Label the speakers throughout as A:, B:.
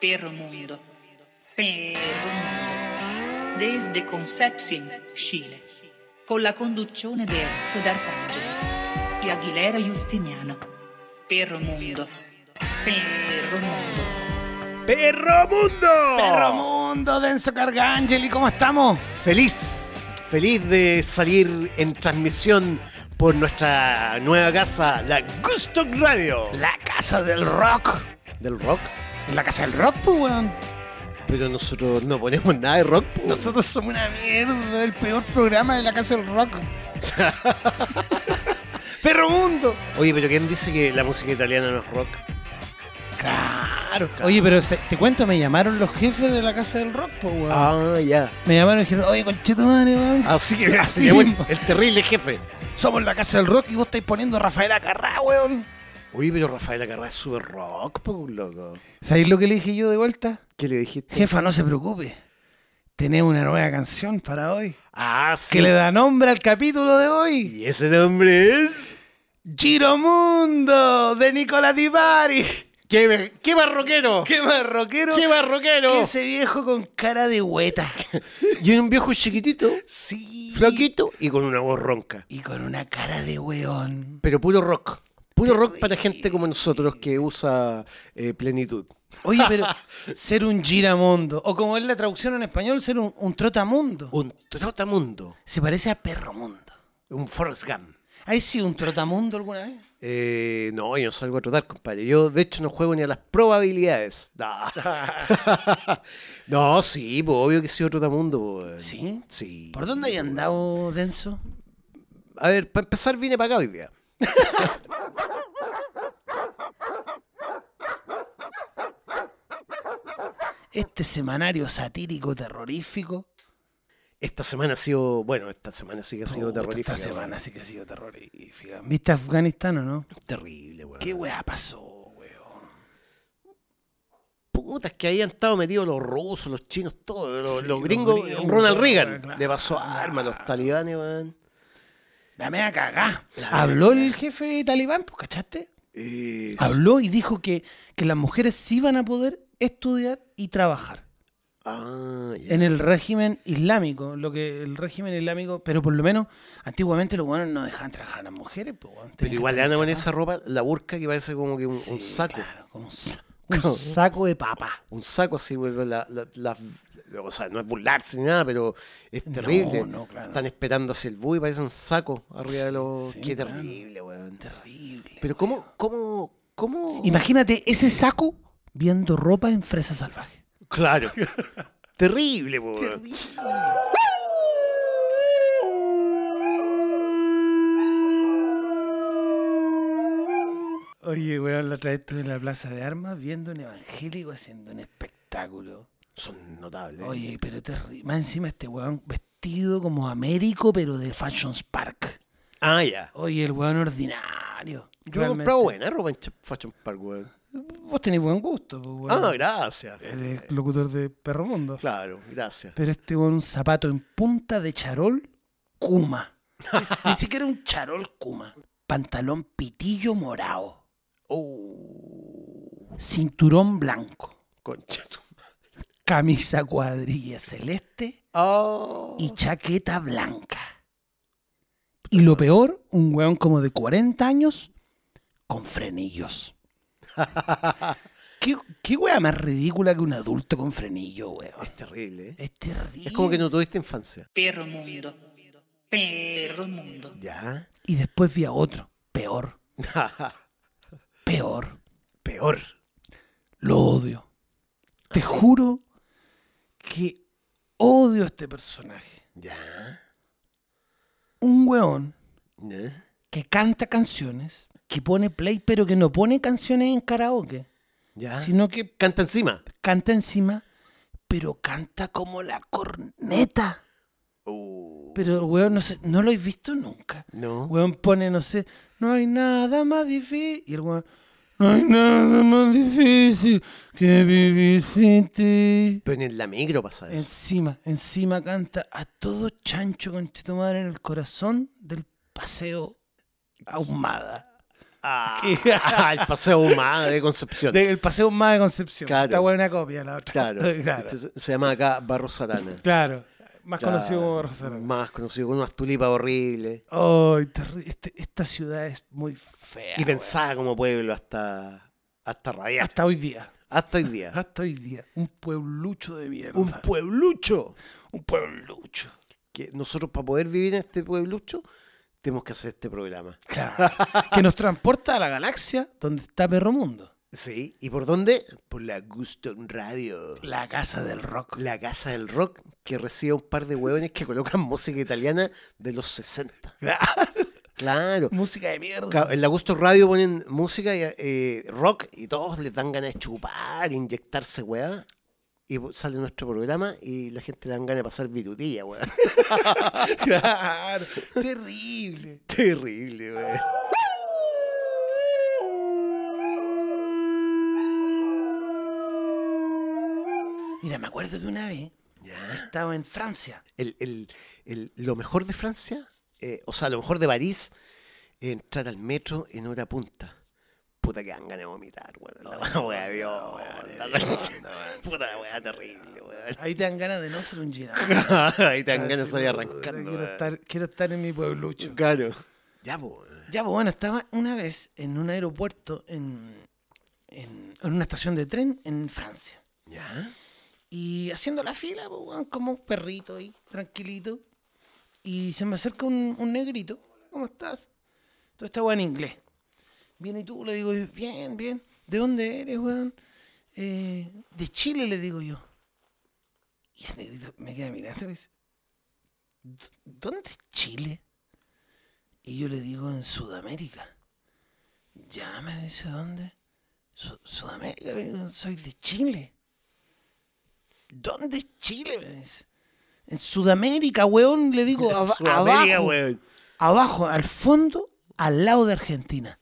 A: Perro Mundo. Perro Mundo. Desde Concepción, Cile. Con la conduzione di Enzo D'Arcangelo. E Aguilera Justiniano. Perro Mundo. Perro Mundo.
B: ¡Perro Mundo!
C: Perro Mundo, Denso Cargangeli, ¿cómo estamos?
B: Feliz, feliz de salir en transmisión por nuestra nueva casa, la Gusto Radio.
C: La casa del rock.
B: ¿Del rock?
C: La casa del rock, pues, weón.
B: Pero nosotros no ponemos nada de rock. po.
C: Nosotros somos una mierda, el peor programa de la casa del rock. Perro Mundo.
B: Oye, pero ¿quién dice que la música italiana no es rock?
C: Claro, Oye, pero se- te cuento, me llamaron los jefes de la casa del rock, pues, weón.
B: Ah, ya.
C: Me llamaron y dijeron, oye, conchetumare, weón.
B: Así que
C: Así
B: se llamó el,
C: mismo.
B: el terrible jefe.
C: Somos la casa del rock y vos estáis poniendo a Rafael Acarrá, weón.
B: Oye, pero Rafael Acarrá es súper rock, po, loco.
C: ¿Sabéis lo que le dije yo de vuelta?
B: ¿Qué le dijiste?
C: Jefa, no se preocupe. Tenemos una nueva canción para hoy.
B: Ah, sí.
C: Que le da nombre al capítulo de hoy.
B: Y ese nombre es...
C: Giromundo de Nicola Di Bari.
B: ¡Qué, qué barroquero!
C: Qué marroquero.
B: ¡Qué barroquero!
C: que ese viejo con cara de hueta.
B: Y era un viejo chiquitito,
C: Sí.
B: flaquito y con una voz ronca.
C: Y con una cara de weón.
B: Pero puro rock. Puro rock para gente como nosotros que usa eh, plenitud.
C: Oye, pero ser un giramundo. O como es la traducción en español, ser un, un trotamundo.
B: Un trotamundo.
C: Se parece a perromundo.
B: Un Forrest Gump.
C: ¿Has sido un trotamundo alguna vez?
B: Eh, no, yo no salgo a trotar, compadre. Yo, de hecho, no juego ni a las probabilidades. No, No, sí, pues, obvio que soy trotamundo. pues.
C: ¿Sí?
B: Sí.
C: ¿Por dónde hay andado, Denso?
B: A ver, para empezar, vine para acá hoy día.
C: Este semanario satírico terrorífico.
B: Esta semana ha sido, bueno, esta semana sí que ha sido
C: Puta,
B: terrorífica.
C: Esta semana
B: weón.
C: sí que ha sido terrorífica. ¿Viste Afganistán o no?
B: Terrible, weón.
C: ¿Qué weá pasó, weón?
B: putas que ahí han estado metidos los rusos, los chinos, todos, los,
C: Sí,
B: los
C: los
B: gringos, eh,
C: gringos,
B: Ronald
C: todo,
B: Reagan,
C: claro.
B: le pasó arma a los talibanes, weón.
C: Dame a cagar.
B: La mea
C: Habló el jefe talibán, pues, ¿cachaste? Habló y dijo que, que las mujeres sí van a poder estudiar y trabajar
B: Ah, ya.
C: en el régimen islámico, lo que el régimen islámico, pero por lo menos antiguamente los buenos no dejaban trabajar a las mujeres, pues, weón, tenían
B: Pero
C: que
B: igual le
C: estar
B: andan con
C: encerradas.
B: esa ropa, la burka que parece como que un, un
C: Sí,
B: saco.
C: claro, como un, sa- un saco de papa.
B: Un saco así, weón. la- la- la- o sea, no es burlarse ni nada, pero es terrible.
C: No, no, claro.
B: Están esperando hacia el bus y parece un saco arriba de los.
C: Sí,
B: Qué
C: claro.
B: terrible, weón.
C: Terrible.
B: Pero cómo, cómo, cómo.
C: Imagínate ese saco viendo ropa en fresa salvaje.
B: Claro. Terrible, po, weón.
C: Oye, weón, la otra vez estuve en la plaza de armas viendo un evangélico haciendo un espectáculo.
B: Son notables.
C: Oye, pero terrible. Más encima este weón vestido como Américo, pero de Fashion Spark.
B: Ah, ya.
C: Oye, el weón ordinario.
B: Yo he
C: Realmente.
B: comprado buena ropa en Ch- Fashion Park, weón.
C: Vos tenés buen gusto, pues, weón.
B: Ah, gracias. Eh,
C: Eres locutor de Perro Mundo.
B: Claro, gracias.
C: Pero este con un zapato en punta de charol Kuma. Ni, ni siquiera un charol Kuma. Pantalón pitillo morado.
B: Oh,
C: Cinturón blanco.
B: concha. tu-
C: Camisa cuadrilla celeste
B: Oh.
C: y chaqueta blanca. Y lo peor, un weón como de 40 años con frenillos. ¿Qué, qué wea más ridícula que un adulto con frenillo, weón?
B: Es terrible, ¿eh?
C: Es terrible.
B: Es como que no tuviste infancia.
A: Perro Mundo. Perro Mundo.
B: Ya.
C: Y después vi a otro. Peor, peor.
B: Peor.
C: Lo odio. Te juro que odio a este personaje.
B: Ya.
C: Un weón
B: ¿Ya?
C: que canta canciones, que pone play, pero que no pone canciones en karaoke,
B: Ya.
C: sino que
B: Canta encima.
C: canta encima, pero canta como la corneta.
B: Oh.
C: Pero weón, no, sé, no lo he visto nunca.
B: No.
C: Weón pone, no sé, no hay nada más difícil. Y el weón, no hay nada más difícil que vivir sin ti.
B: Pero en la micro pasa eso.
C: Encima, encima canta a todo chancho con madre en el corazón del paseo ahumada.
B: a-
C: ¿Qué?
B: al Ah, Paseo Humada de Concepción.
C: Del paseo más de Concepción.
B: Claro.
C: Esta buena copia, la otra.
B: Claro.
C: claro.
B: Este se, se llama acá Barro Sarana.
C: Claro. Más
B: Ya,
C: conocido como Rosarana.
B: Más conocido con unas tulipas horribles.
C: Ay, terri- este- esta ciudad es muy fea.
B: Y
C: weón.
B: pensaba como pueblo hasta, hasta rayar.
C: Hasta hoy día.
B: Hasta hoy día.
C: Hasta hoy día. Un pueblucho de mierda.
B: Un pueblucho.
C: Un pueblucho.
B: Que nosotros para poder vivir en este pueblucho tenemos que hacer este programa.
C: Claro. que nos transporta a la galaxia donde está Perro Mundo.
B: Sí. ¿Y por dónde? Por la Guston Radio.
C: La casa del rock.
B: La Casa del Rock que recibe un par de hueones que colocan música italiana de los 60. Claro.
C: Música de mierda.
B: Claro, En la Gusto Radio ponen música y eh, rock y todos les dan ganas de chupar, inyectarse weá. Y po- sale nuestro programa y la gente le dan ganas de pasar virutilla, weá.
C: Claro. Terrible.
B: Terrible, weá.
C: Mira, me acuerdo que una vez estaba en Francia.
B: El, el- el- lo mejor de Francia, eh, o sea, lo mejor de París, es entrar al metro en hora punta. Puta que dan ganas de vomitar, weón. La weá, Dios, weón. La concha. Puta la weá terrible, weón.
C: Ahí te dan ganas de no ser un girado.
B: Ahí te dan ganas de salir arrancando.
C: Ah, Quiero
B: weón.
C: estar, quiero estar en mi pueblucho.
B: Claro. Ya, po, weón.
C: Ya, pues bueno, estaba una vez en un aeropuerto, en, en, en una estación de tren en Francia.
B: Ya.
C: Y haciendo la fila, pues, weón, como un perrito ahí, tranquilito. Y se me acerca un, un negrito. ¿Cómo estás? Todo está en inglés. Viene y tú, le digo, yo, bien, bien. ¿De dónde eres, weón? "Eh, de Chile, le digo yo. Y el negrito me queda mirando y me dice, "¿Dó- ¿dónde es Chile? Y yo le digo, en Sudamérica. Ya me dice, ¿dónde? "Su- Sudamérica, le digo, soy de Chile. ¿Dónde es Chile? Me dice. En Sudamérica, weón, le digo, "aba-
B: Sudamérica,
C: abajo,
B: weón.
C: abajo, al fondo, al lado de Argentina.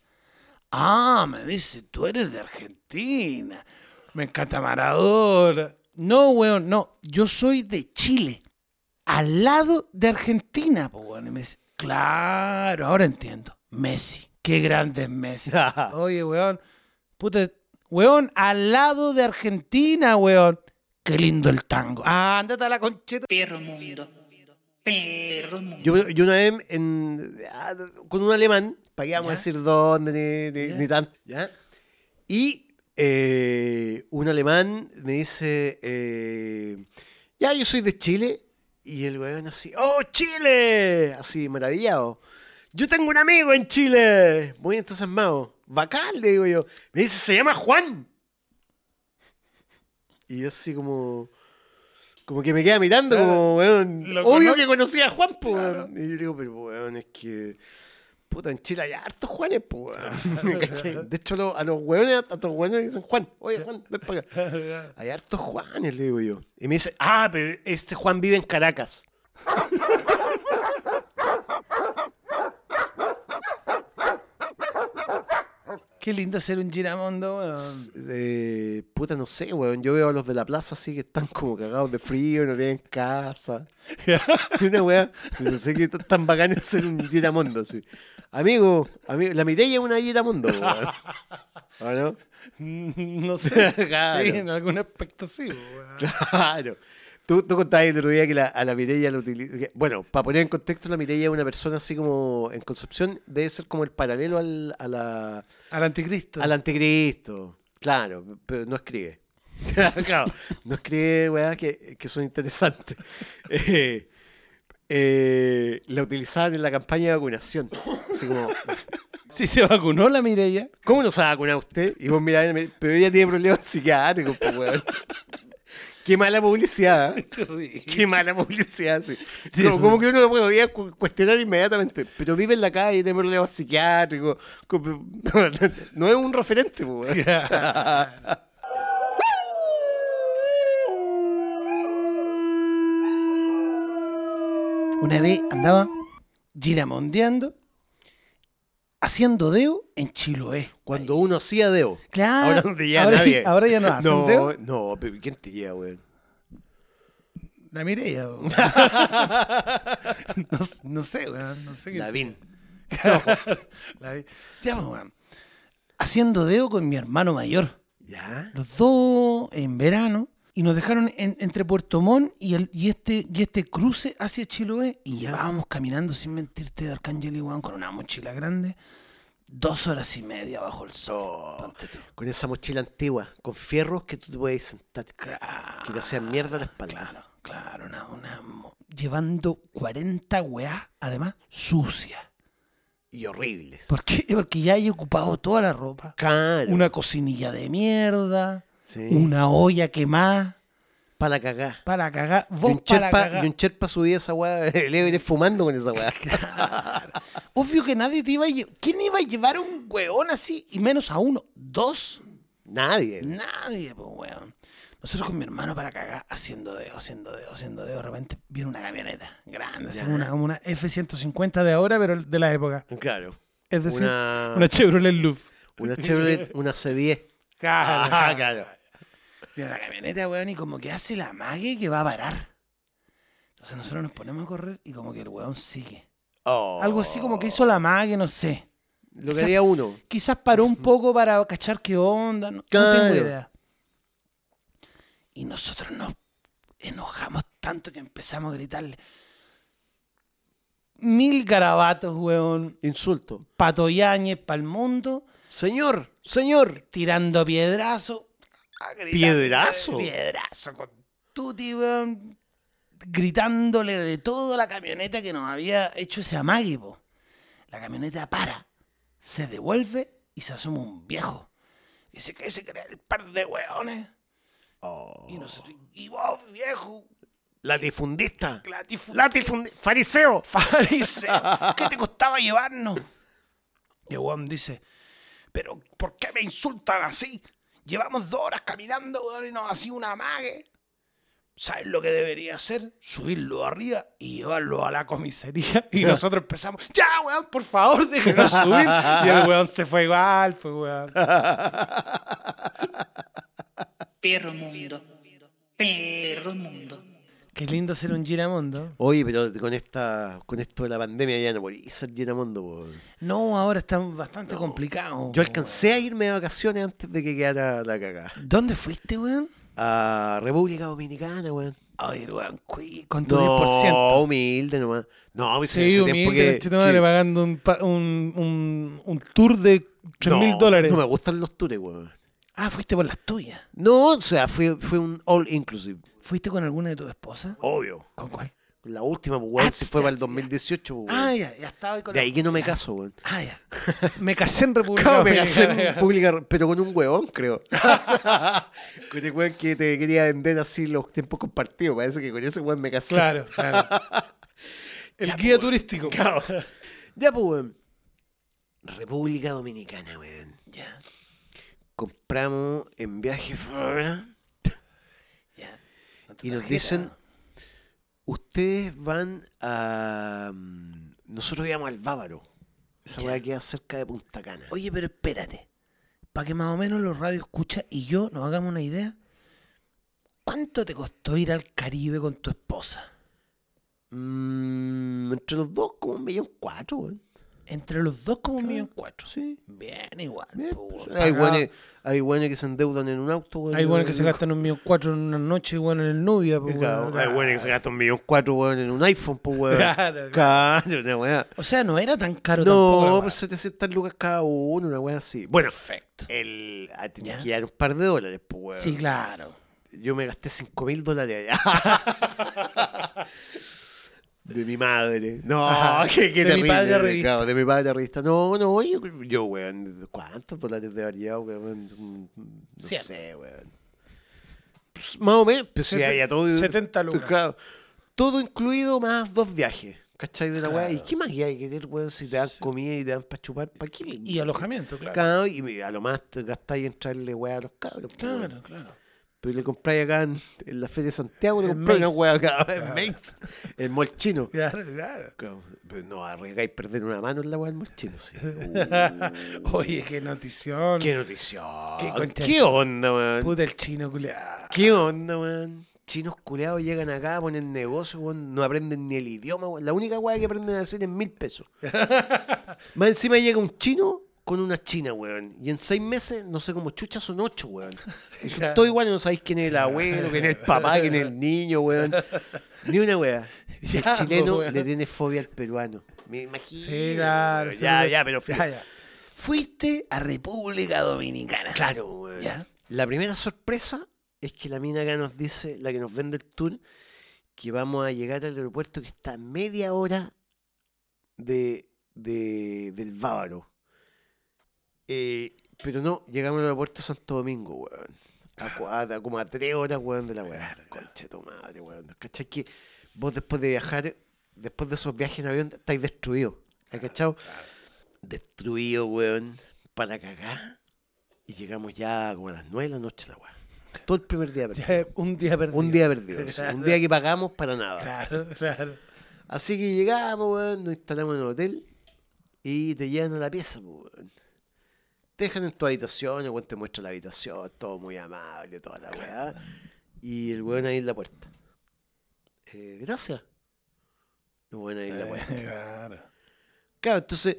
C: Ah, me dice, tú eres de Argentina. Me encanta Maradona. No, weón, no. Yo soy de Chile. Al lado de Argentina, po, weón. Y me dice, claro, ahora entiendo. Messi. Qué grande es Messi. Oye, weón. Puta, weón, al lado de Argentina, weón. Qué lindo el tango. Ah, andate a la concheta.
A: Perro mundo. Perro mundo.
B: Yo, yo una vez en- ah, con un alemán, para qué vamos a
C: ¿Ya?
B: decir dónde ni, ni-
C: ¿Ya?
B: ni tanto, ¿ya? Y eh, un alemán me dice, eh, ya, yo soy de Chile. Y el weón así, ¡oh, Chile! Así, maravillado. Yo tengo un amigo en Chile. Muy entusiasmado. Bacán, le digo yo. Me dice, se llama Juan. Y yo así como... Como que me queda mirando
C: Claro.
B: como, weón,
C: Lo
B: obvio
C: conoce.
B: que conocía a Juan, po, weón. Y yo digo, pero, weón, es que... Puta, en Chile hay hartos Juanes, po, weón. ¿Cachai? De hecho, a los- a los weones, a todos los weones dicen, Juan, oye, Juan, ven para acá. Hay hartos Juanes, le digo yo. Y me dice, ah, pero este Juan vive en Caracas.
C: Qué lindo ser un giramondo, weón.
B: Eh, puta, no sé, weón. Yo veo a los de la plaza así que están como cagados de frío, no tienen casa. Y una weá, si no sé que t- tan bacán es ser un giramondo, así. Amigo, amigo, la Mireia es una giramondo, weón. ¿O no?
C: No sé.
B: Claro.
C: Sí, en algún aspecto sí. weón.
B: Claro. Tú, tú contabas el otro día que la- a la Mireia la utiliza. que- Bueno, para poner en contexto, la Mireia es una persona así como en Concepción, debe ser como el paralelo al, a la,
C: Al anticristo.
B: al anticristo. Claro, pero no escribe. Claro, no escribe weá que, que son interesantes. Eh, eh, la utilizaban en la campaña de vacunación. Así como,
C: Si se vacunó la Mireya.
B: ¿cómo no se ha vacunado usted? Y vos mirá, pero ella tiene problemas psiquiátricos, pues, weón. Qué mala publicidad. ¿eh? Qué mala publicidad, sí. Como, como que uno lo podía cu- cuestionar inmediatamente. Pero vive en la calle, tiene problemas psiquiátricos. como- No es un referente, po, weón.
C: Una vez andaba giramondeando, haciendo deo en Chiloé.
B: Cuando uno hacía deo.
C: Claro.
B: Ahora no te lleva
C: Ahora-
B: nadie.
C: ahora ya no hacen
B: no,
C: deo.
B: No, pero ¿quién te lleva, weón?
C: La Mireya. weón. no, no sé, weón, no sé. qué-
B: Lavín.
C: La- Ya, pues, weón. haciendo dedo con mi hermano mayor.
B: ¿Ya?
C: Los dos en verano. Y nos dejaron en- entre Puerto Montt y, el- y este, y este cruce hacia Chiloé. Y llevábamos caminando, sin mentirte, de Arcángel y Guan con una mochila grande. Dos horas y media bajo el sol. Ponte tú.
B: Con esa mochila antigua, con fierros que tú te puedes sentar. Que te hacían mierda la espalda.
C: Claro, claro, una, una mo- llevando 40 weá, además sucia.
B: Y horribles.
C: ¿Por qué? Porque ya he ocupado toda la ropa.
B: Claro.
C: Una cocinilla de mierda,
B: Sí.
C: una olla quemada,
B: Para la cagá.
C: para cagar,
B: Y
C: vos
B: un,
C: para
B: cherpa,
C: cagar.
B: y un cherpa subía esa weá, el Everest fumando con esa weá.
C: Obvio que nadie te iba a llevar. ¿Quién iba a llevar un weón así? Y menos a uno. ¿Dos?
B: Nadie.
C: Nadie, pues weón. Nosotros con mi hermano para cagar, haciendo dedo, haciendo dedo, haciendo dedo. De repente viene una camioneta grande, así una, como una F-150 de ahora, pero de la época.
B: Claro.
C: Es decir,
B: Una-
C: una, Chevrolet Loop.
B: Una Chevrolet, una C10. Ah, claro.
C: Viene la camioneta, weón, y como que hace la mague que va a parar. Entonces nosotros nos ponemos a correr y como que el weón sigue.
B: Oh.
C: Algo así como que hizo la mague, no sé.
B: Lo que haría uno.
C: Quizás paró un poco para cachar qué onda, no, no
B: Claro.
C: tengo idea. Y nosotros nos enojamos tanto que empezamos a gritarle. Mil garabatos, weón.
B: Insulto.
C: Pato Yáñez pa'l mundo,
B: Señor, señor.
C: tirando piedrazo. a gritar-
B: ¿Piedrazo?
C: Piedrazo con tuti, weón. Gritándole de toda la camioneta que nos había hecho ese amague, po. La camioneta para, se devuelve y se asoma un viejo. Dice que se cree el par de weones. Y, nosotros, y vos, viejo,
B: Latifundista.
C: latifundista,
B: Latifundista. Fariseo.
C: fariseo, ¿qué te costaba llevarnos? Y el weón dice, pero ¿por qué me insultan así? Llevamos dos horas caminando, weón, y nos ha sido una mague. ¿Sabes lo que debería hacer? Subirlo arriba y llevarlo a la comisaría. Y nosotros empezamos, ya, weón, por favor, déjenos subir. Y el weón se fue igual, pues, weón.
A: Perro mundo. Perro mundo.
C: Qué lindo ser un giramondo.
B: Oye, pero con esta con esto de la pandemia ya no podía ser Giramondo. po.
C: No, ahora está bastante complicado.
B: Yo alcancé a irme de vacaciones antes de que quedara la cagada.
C: ¿Dónde fuiste, weón?
B: A República Dominicana, weón.
C: Ay, weón, cui- con tu
B: No,
C: 10%.
B: humilde nomás. No, pues
C: Sí,
B: hace tiempo
C: humilde,
B: que-
C: conchetumadre,
B: que-
C: pagando un, pa- un, un, un tour de 3 mil
B: No,
C: dólares.
B: No me gustan los tours, weón.
C: Ah, fuiste por las tuyas.
B: No, o sea, fue, fue un all inclusive.
C: ¿Fuiste con alguna de tus esposas?
B: Obvio.
C: ¿Con cuál?
B: La última, pues, weón,
C: Ah,
B: si fue para el
C: ya,
B: 2018, pues,
C: Ah,
B: weón.
C: ya, ya estaba ahí con
B: De
C: la-
B: ahí que no me caso, weón.
C: Ah, ya. Me casé en República
B: Claro, me casé
C: Dominicana.
B: en pública, pero con un huevón, creo. con el huevón que te quería vender así los tiempos compartidos. Parece que con ese huevón me casé.
C: Claro,
B: pues,
C: claro. El guía turístico.
B: Ya, pues, weón. República Dominicana, weón.
C: Ya,
B: Compramos en viaje fuera
C: ya. Con tu
B: y nos
C: tarjeta.
B: dicen: Ustedes van a. mm, Nosotros íbamos al Bávaro. Esa
C: Ya.
B: weá queda cerca de Punta Cana.
C: Oye, pero espérate. Para que más o menos los radios escucha y yo nos hagamos una idea. ¿Cuánto te costó ir al Caribe con tu esposa?
B: Mm, entre los dos, como un millón cuatro, weón.
C: Entre los dos como un millón cuatro.
B: Sí.
C: Bien, igual.
B: Bien,
C: po,
B: pues,
C: weón.
B: hay,
C: Pagaba-
B: buenos, hay buenos que se endeudan en un auto. weón.
C: Hay buenos que se gastan un millón cuatro en una noche, bueno, en el Nubia. po,
B: Claro,
C: weón.
B: hay buenos que se gastan un millón cuatro weón, en un iPhone, pues, weón.
C: Claro,
B: Claro, una weá.
C: O sea, no era tan caro tampoco. la
B: No,
C: weá.
B: pues 700 lucas cada uno, una weá así. Bueno,
C: Perfecto.
B: el, ah, tenías
C: Ya.
B: que dar un par de dólares, pues, weón.
C: Sí, claro.
B: Yo me gasté cinco mil dólares allá. De mi madre. No,
C: Ajá.
B: qué, qué
C: De mi
B: terrible,
C: padre revista.
B: claro, de mi padre revista. No, no, yo, yo weón, ¿cuántos dólares de variado, weón? No
C: Cien.
B: sé, weón. Pues, más o menos, pues si
C: Seten-
B: había todo.
C: 70 lucas.
B: claro. todo incluido más dos viajes. ¿Cachai? De la weá. ¿Y
C: Claro.
B: qué más hay que tener, weón? Si te dan comida y te dan para chupar, ¿para qué?
C: Y alojamiento, claro.
B: Claro, y a lo más te gastáis en traerle weá a los cabros. pues, weón.
C: Claro, claro.
B: Pero le compráis acá en, en la Feria de Santiago, le
C: En
B: compráis una
C: Mace.
B: hueá acá en Mace, el mall chino.
C: Claro, claro.
B: Claro, pero No, arriesgáis perder una mano en la hueá del mall chino. sí. Uh,
C: Oye, qué notición.
B: ¡Qué notición!
C: Qué
B: ¿Qué,
C: concha-
B: onda, weón?
C: Puta el chino culiado.
B: ¿Qué onda, weón? Chinos culeados llegan acá, ponen negocio, weón, no aprenden ni el idioma, weón. La única hueá que aprenden a hacer es mil pesos. Más encima llega un chino con una china, weón. Y en seis meses, no sé cómo chucha, son ocho, weón. Y son todos iguales, no sabéis quién es el abuelo, quién es el papá, quién es el niño, weón. Ni una weá. Y el
C: Ya,
B: chileno
C: weón.
B: le tiene fobia al peruano. Me imagino.
C: Sí, claro.
B: weón.
C: sí,
B: Ya,
C: weón.
B: ya, pero fui-
C: Ya, ya. Fuiste a República Dominicana.
B: Claro, weón.
C: Ya.
B: La primera sorpresa es que la mina acá nos dice, la que nos vende el tour, que vamos a llegar al aeropuerto que está a media hora de, de- del Bávaro. Eh, pero no, llegamos al aeropuerto Santo Domingo, weón.
C: Ah.
B: A, cua- a- como a tres horas, weón, de la weá. Conche tu madre, weón. ¿Cachai que vos después de viajar, después de esos viajes en avión, estáis destruidos? ¿Has cachado? Destruido, weón, para cagar. Y llegamos ya como a las 9 de la noche, la weá. Todo el primer día perdido.
C: Ya, un día perdido.
B: Un día perdido. sí. Un día que pagamos para nada.
C: Claro, claro.
B: Así que llegamos, weón, nos instalamos en el hotel y te llevan a la pieza, po, weón. Te dejan en tu habitación, el weón te muestra la habitación, todo muy amable, toda la weá. Y el weón ahí en la puerta. Eh, gracias. El weón ahí en
C: Eh.
B: la puerta.
C: Claro.
B: Claro, entonces,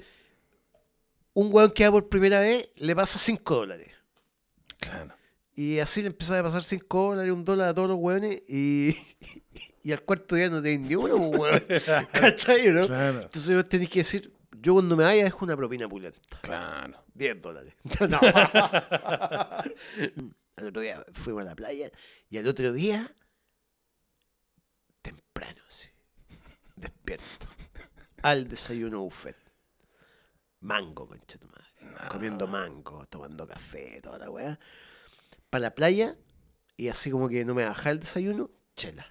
B: un weón que va por primera vez le pasa 5 dólares.
C: Claro.
B: Y así le empezaba a pasar 5 dólares, un dólar a todos los weones y, y al cuarto día no tenés ni uno, po, weón. ¿Cachai, no?
C: Claro.
B: Entonces vos tenés que decir, yo cuando me vaya dejo una propina pulenta.
C: Claro.
B: 10 dólares. No. al otro día fuimos a la playa y al otro día, temprano, sí, despierto, al desayuno buffet. Mango, concha tu madre. Comiendo mango, tomando café, toda la weá. Para la playa y así como que no me bajaba el desayuno, chela.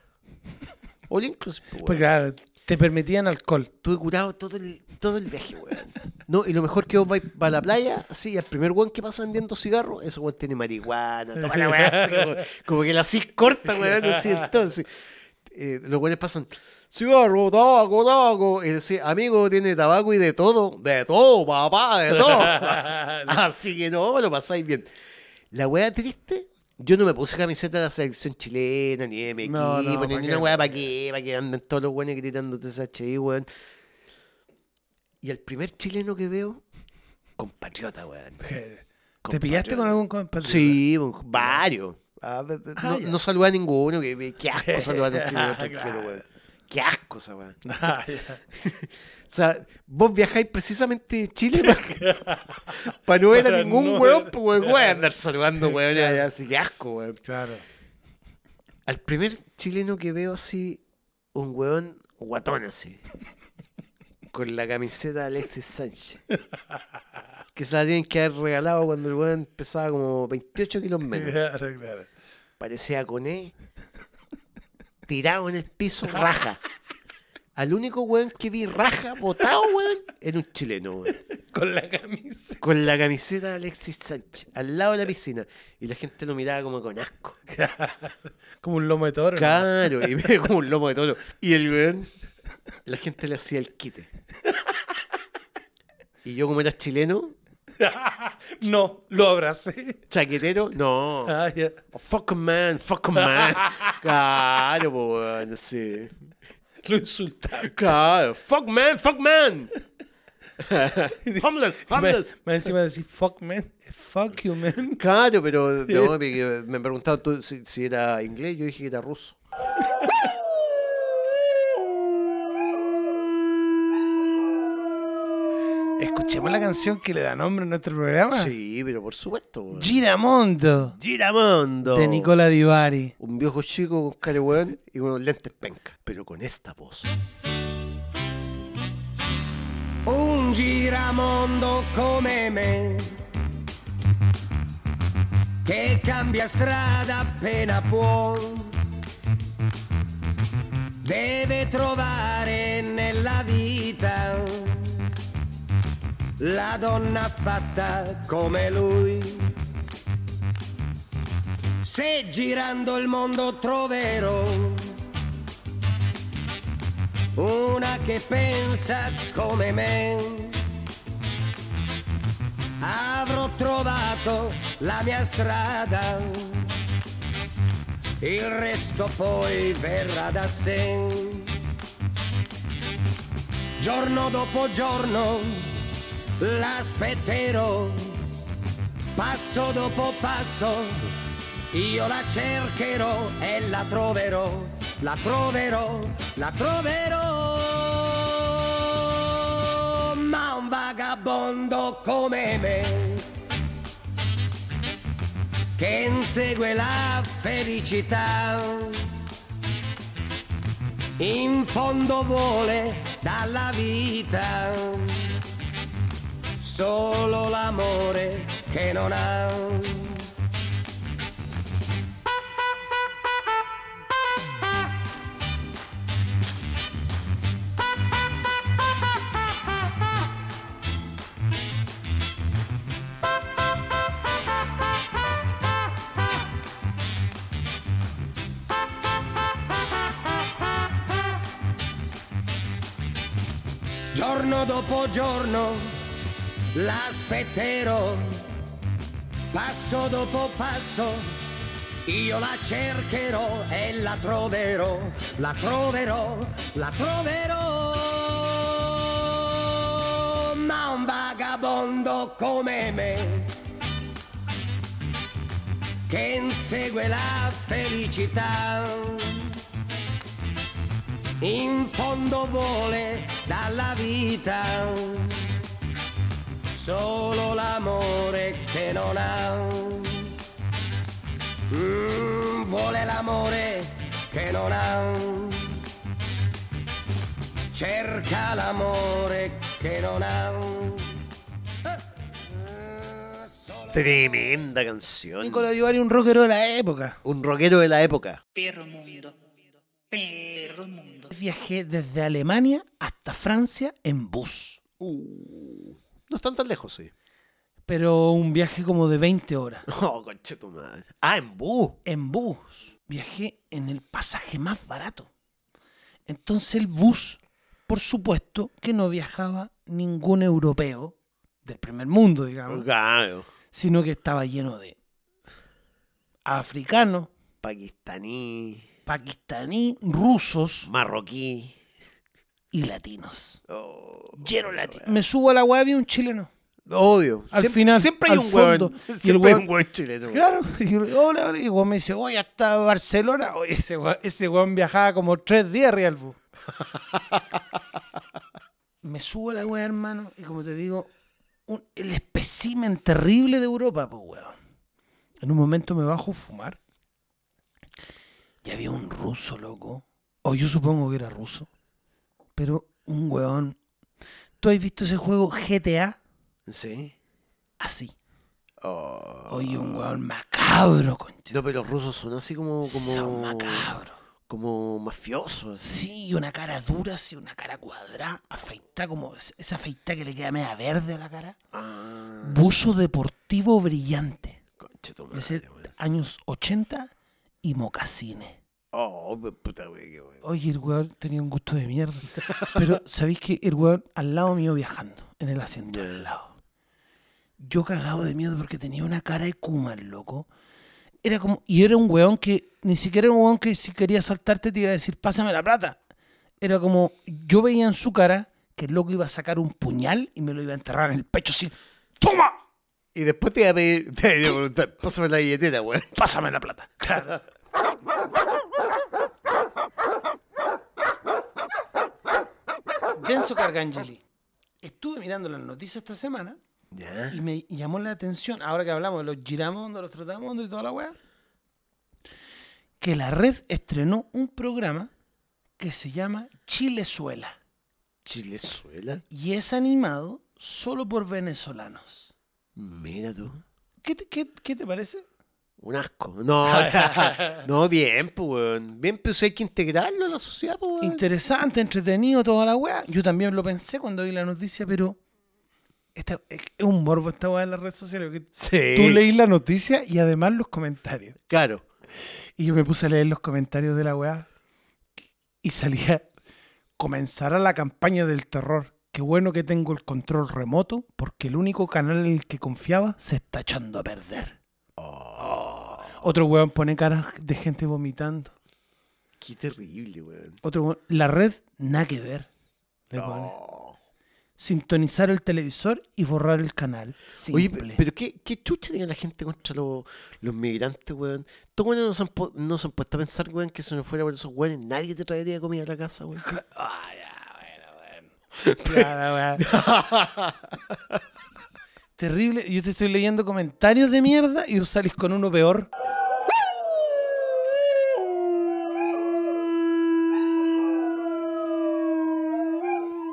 B: O inclusive, pues,
C: Pues claro, te permitían alcohol.
B: Estuve curado todo el, todo el viaje, weón. No, y lo mejor que vos vais para la playa, así, y al primer weón que pasa vendiendo cigarros, ese weón tiene marihuana, toda la weá, así como, como que la cis corta, weón, así, entonces. eh, los weones pasan, cigarro, tabaco, tabaco. Y decía, amigo, tiene tabaco y de todo, de todo, papá, de todo. así que no, lo pasáis bien. La weá triste, yo no me puse camiseta de la selección chilena, ni de mi equipo,
C: No, no,
B: ni
C: ¿pa'
B: ni
C: qué?
B: una weá para qué, para que anden todos los weones gritando TSHI, weón. Y el primer chileno que veo, compatriota, weón.
C: ¿Te pillaste con algún compadre?
B: Sí, bueno, varios. Ah, no,
C: Ah, ya.
B: no saludé a ninguno, que, que asco saludar a un chileno extranjero,
C: Claro.
B: weón. Qué asco esa weón. O
C: Ah, ya.
B: sea, vos viajáis precisamente de Chile para pa no ver a
C: Para
B: ningún
C: no
B: weón,
C: ver.
B: pues weón, weón, andar saludando, weón, ya, ya, así que asco, weón.
C: Claro.
B: Al primer chileno que veo así, un weón guatón así. Con la camiseta de Alexis Sánchez. Que se la tienen que haber regalado cuando el weón pesaba como 28 kilos menos.
C: Claro, claro.
B: Parecía con él. Tirado en el piso, raja. Al único weón que vi raja, botado, weón, era un chileno, weón.
C: Con la camisa.
B: Con la camiseta de Alexis Sánchez, al lado de la piscina. Y la gente lo miraba como con asco.
C: Como un lomo de toro. ¿no?
B: Claro, y me como un lomo de toro. Y el weón, la gente le hacía el quite. Y yo, como era chileno,
C: No, lo abracé.
B: chaquetero, no.
C: Ah, ya.
B: Fuck man, fuck man. Claro, po, weón, sí.
C: Lo insultaron.
B: Claro, fuck man, fuck man. homeless, homeless.
C: Me encima decir fuck man. Fuck you man.
B: Claro, pero no, me, me preguntaban tú si, si era inglés, yo dije que era ruso.
C: Escuchemos la canción que le da nombre a nuestro programa.
B: Sí, pero por supuesto. weón.
C: Giramondo.
B: Giramondo.
C: De Nicola Divari.
B: Un viejo chico con cara de weón y con lentes penca, pero con esta voz.
D: un giramondo come me che cambia strada appena può deve trovare nella vita la donna fatta come lui se girando il mondo troverò una che pensa come me. Avrò trovato la mia strada, il resto poi verrà da sé. Giorno dopo giorno l'aspetterò passo dopo passo io la cercherò e la troverò la troverò la troverò ma un vagabondo come me che insegue la felicità in fondo vuole dalla vita solo l'amore che non ha. Giorno dopo giorno l'aspetterò, passo dopo passo, io la cercherò e la troverò, la troverò, la troverò. Ma un vagabondo come me, che insegue la felicità in fondo vuole dalla vita solo l'amore che non ha. Mm, vuole l'amore che non ha. Cerca l'amore che non ha. Eh, solo-
B: Tremenda canción.
C: Nicola Di Bari, un rockero de la época.
B: Un rockero de la época.
A: perro mundo, perro mundo.
C: Viajé desde Alemania hasta Francia en bus.
B: No están tan lejos, sí.
C: Pero un viaje como de 20 horas.
B: Oh, conche tu madre. Ah, en Bu.
C: en bus. Viajé en el pasaje más barato. Entonces el bus, por supuesto, que no viajaba ningún europeo del primer mundo,
B: Ah.
C: digamos,
B: Claro.
C: sino que estaba lleno de africanos,
B: Pakistaní,
C: pakistaní, rusos
B: marroquí.
C: y latinos.
B: Oh,
C: Lleno de latinos. Me subo a la web y un chileno.
B: Obvio.
C: Al
B: Siem-
C: final,
B: Siempre hay
C: al
B: un
C: fondo,
B: huevón.
C: y el
B: Siempre hay
C: huevón-
B: un huevón chileno.
C: Claro, y yo le digo, hola, hola, y el weón me dice, voy hasta Barcelona. Oye, ese weón, ese weón viajaba como tres días real, bu. Me subo a la weá, hermano, y como te digo, un- el espécimen terrible de Europa, pues weón. En un momento me bajo a fumar. Y había un ruso, loco. O yo supongo que era ruso. Pero un weón. ¿Tú has visto ese juego GTA?
B: Sí.
C: Así.
B: Oh.
C: Oye, un weón macabro, concha.
B: No, pero los rusos son así como.
C: Son
B: como
C: macabros.
B: como mafiosos.
C: Sí, y una cara dura, sí, una cara cuadrada, afeitada como es- esa afeitada que le queda media verde a la cara.
B: Ah,
C: Buzo deportivo brillante.
B: conche tu
C: Es el
B: madre, weón.
C: años 80 y mocasines.
B: Oh, pe- puta, wey, qué weón.
C: Oye, el weón tenía un gusto de mierda. Pero, ¿sabéis que el weón al lado mío viajando, en el asiento
B: Ya.
C: al lado? Yo cagado de miedo porque tenía una cara de Kuma, el loco. Era como, y era un weón que, ni siquiera era un weón que si quería saltarte te iba a decir, pásame la plata. Era como, yo veía en su cara que el loco iba a sacar un puñal y me lo iba a enterrar en el pecho así, ¡toma!
B: Y después te iba a pedir, te iba a preguntar, pásame la billetera, weón.
C: Pásame la plata. Claro. Denso Cargangeli. Estuve mirando las noticias esta semana
B: Ya.
C: y me llamó la atención, ahora que hablamos de los giramondos, los trotamondos y toda la weá, que la red estrenó un programa que se llama Chilezuela
B: Chilezuela.
C: y es animado solo por venezolanos.
B: Mira tú.
C: ¿Qué te, qué- qué te parece?
B: Un asco. No, no, bien, pues, weón. Bien, pero si hay que integrarlo a la sociedad, pues, weón.
C: interesante, entretenido, toda la weá. Yo también lo pensé cuando vi la noticia, pero esta, es es un morbo esta weá en las redes sociales. porque
B: sí.
C: Tú leís la noticia y además los comentarios.
B: Claro.
C: Y yo me puse a leer los comentarios de la weá y salía, comenzará la campaña del terror. Qué bueno que tengo el control remoto porque el único canal en el que confiaba se está echando a perder. Otro weón pone caras de gente vomitando.
B: Qué terrible, weón.
C: Otro, weón, la red, nada que ver. le pone.
B: No.
C: sintonizar el televisor y borrar el canal.
B: Oye,
C: Simple.
B: pe- pero qué, qué chucha tiene la gente contra los- los migrantes, weón. Estos weones no se han po- no se han puesto a pensar, weón, que si no fuera por esos weones, nadie te traería comida a la casa, weón.
C: Ya, la weá. Terrible. Yo te estoy leyendo comentarios de mierda y vos salís con uno peor.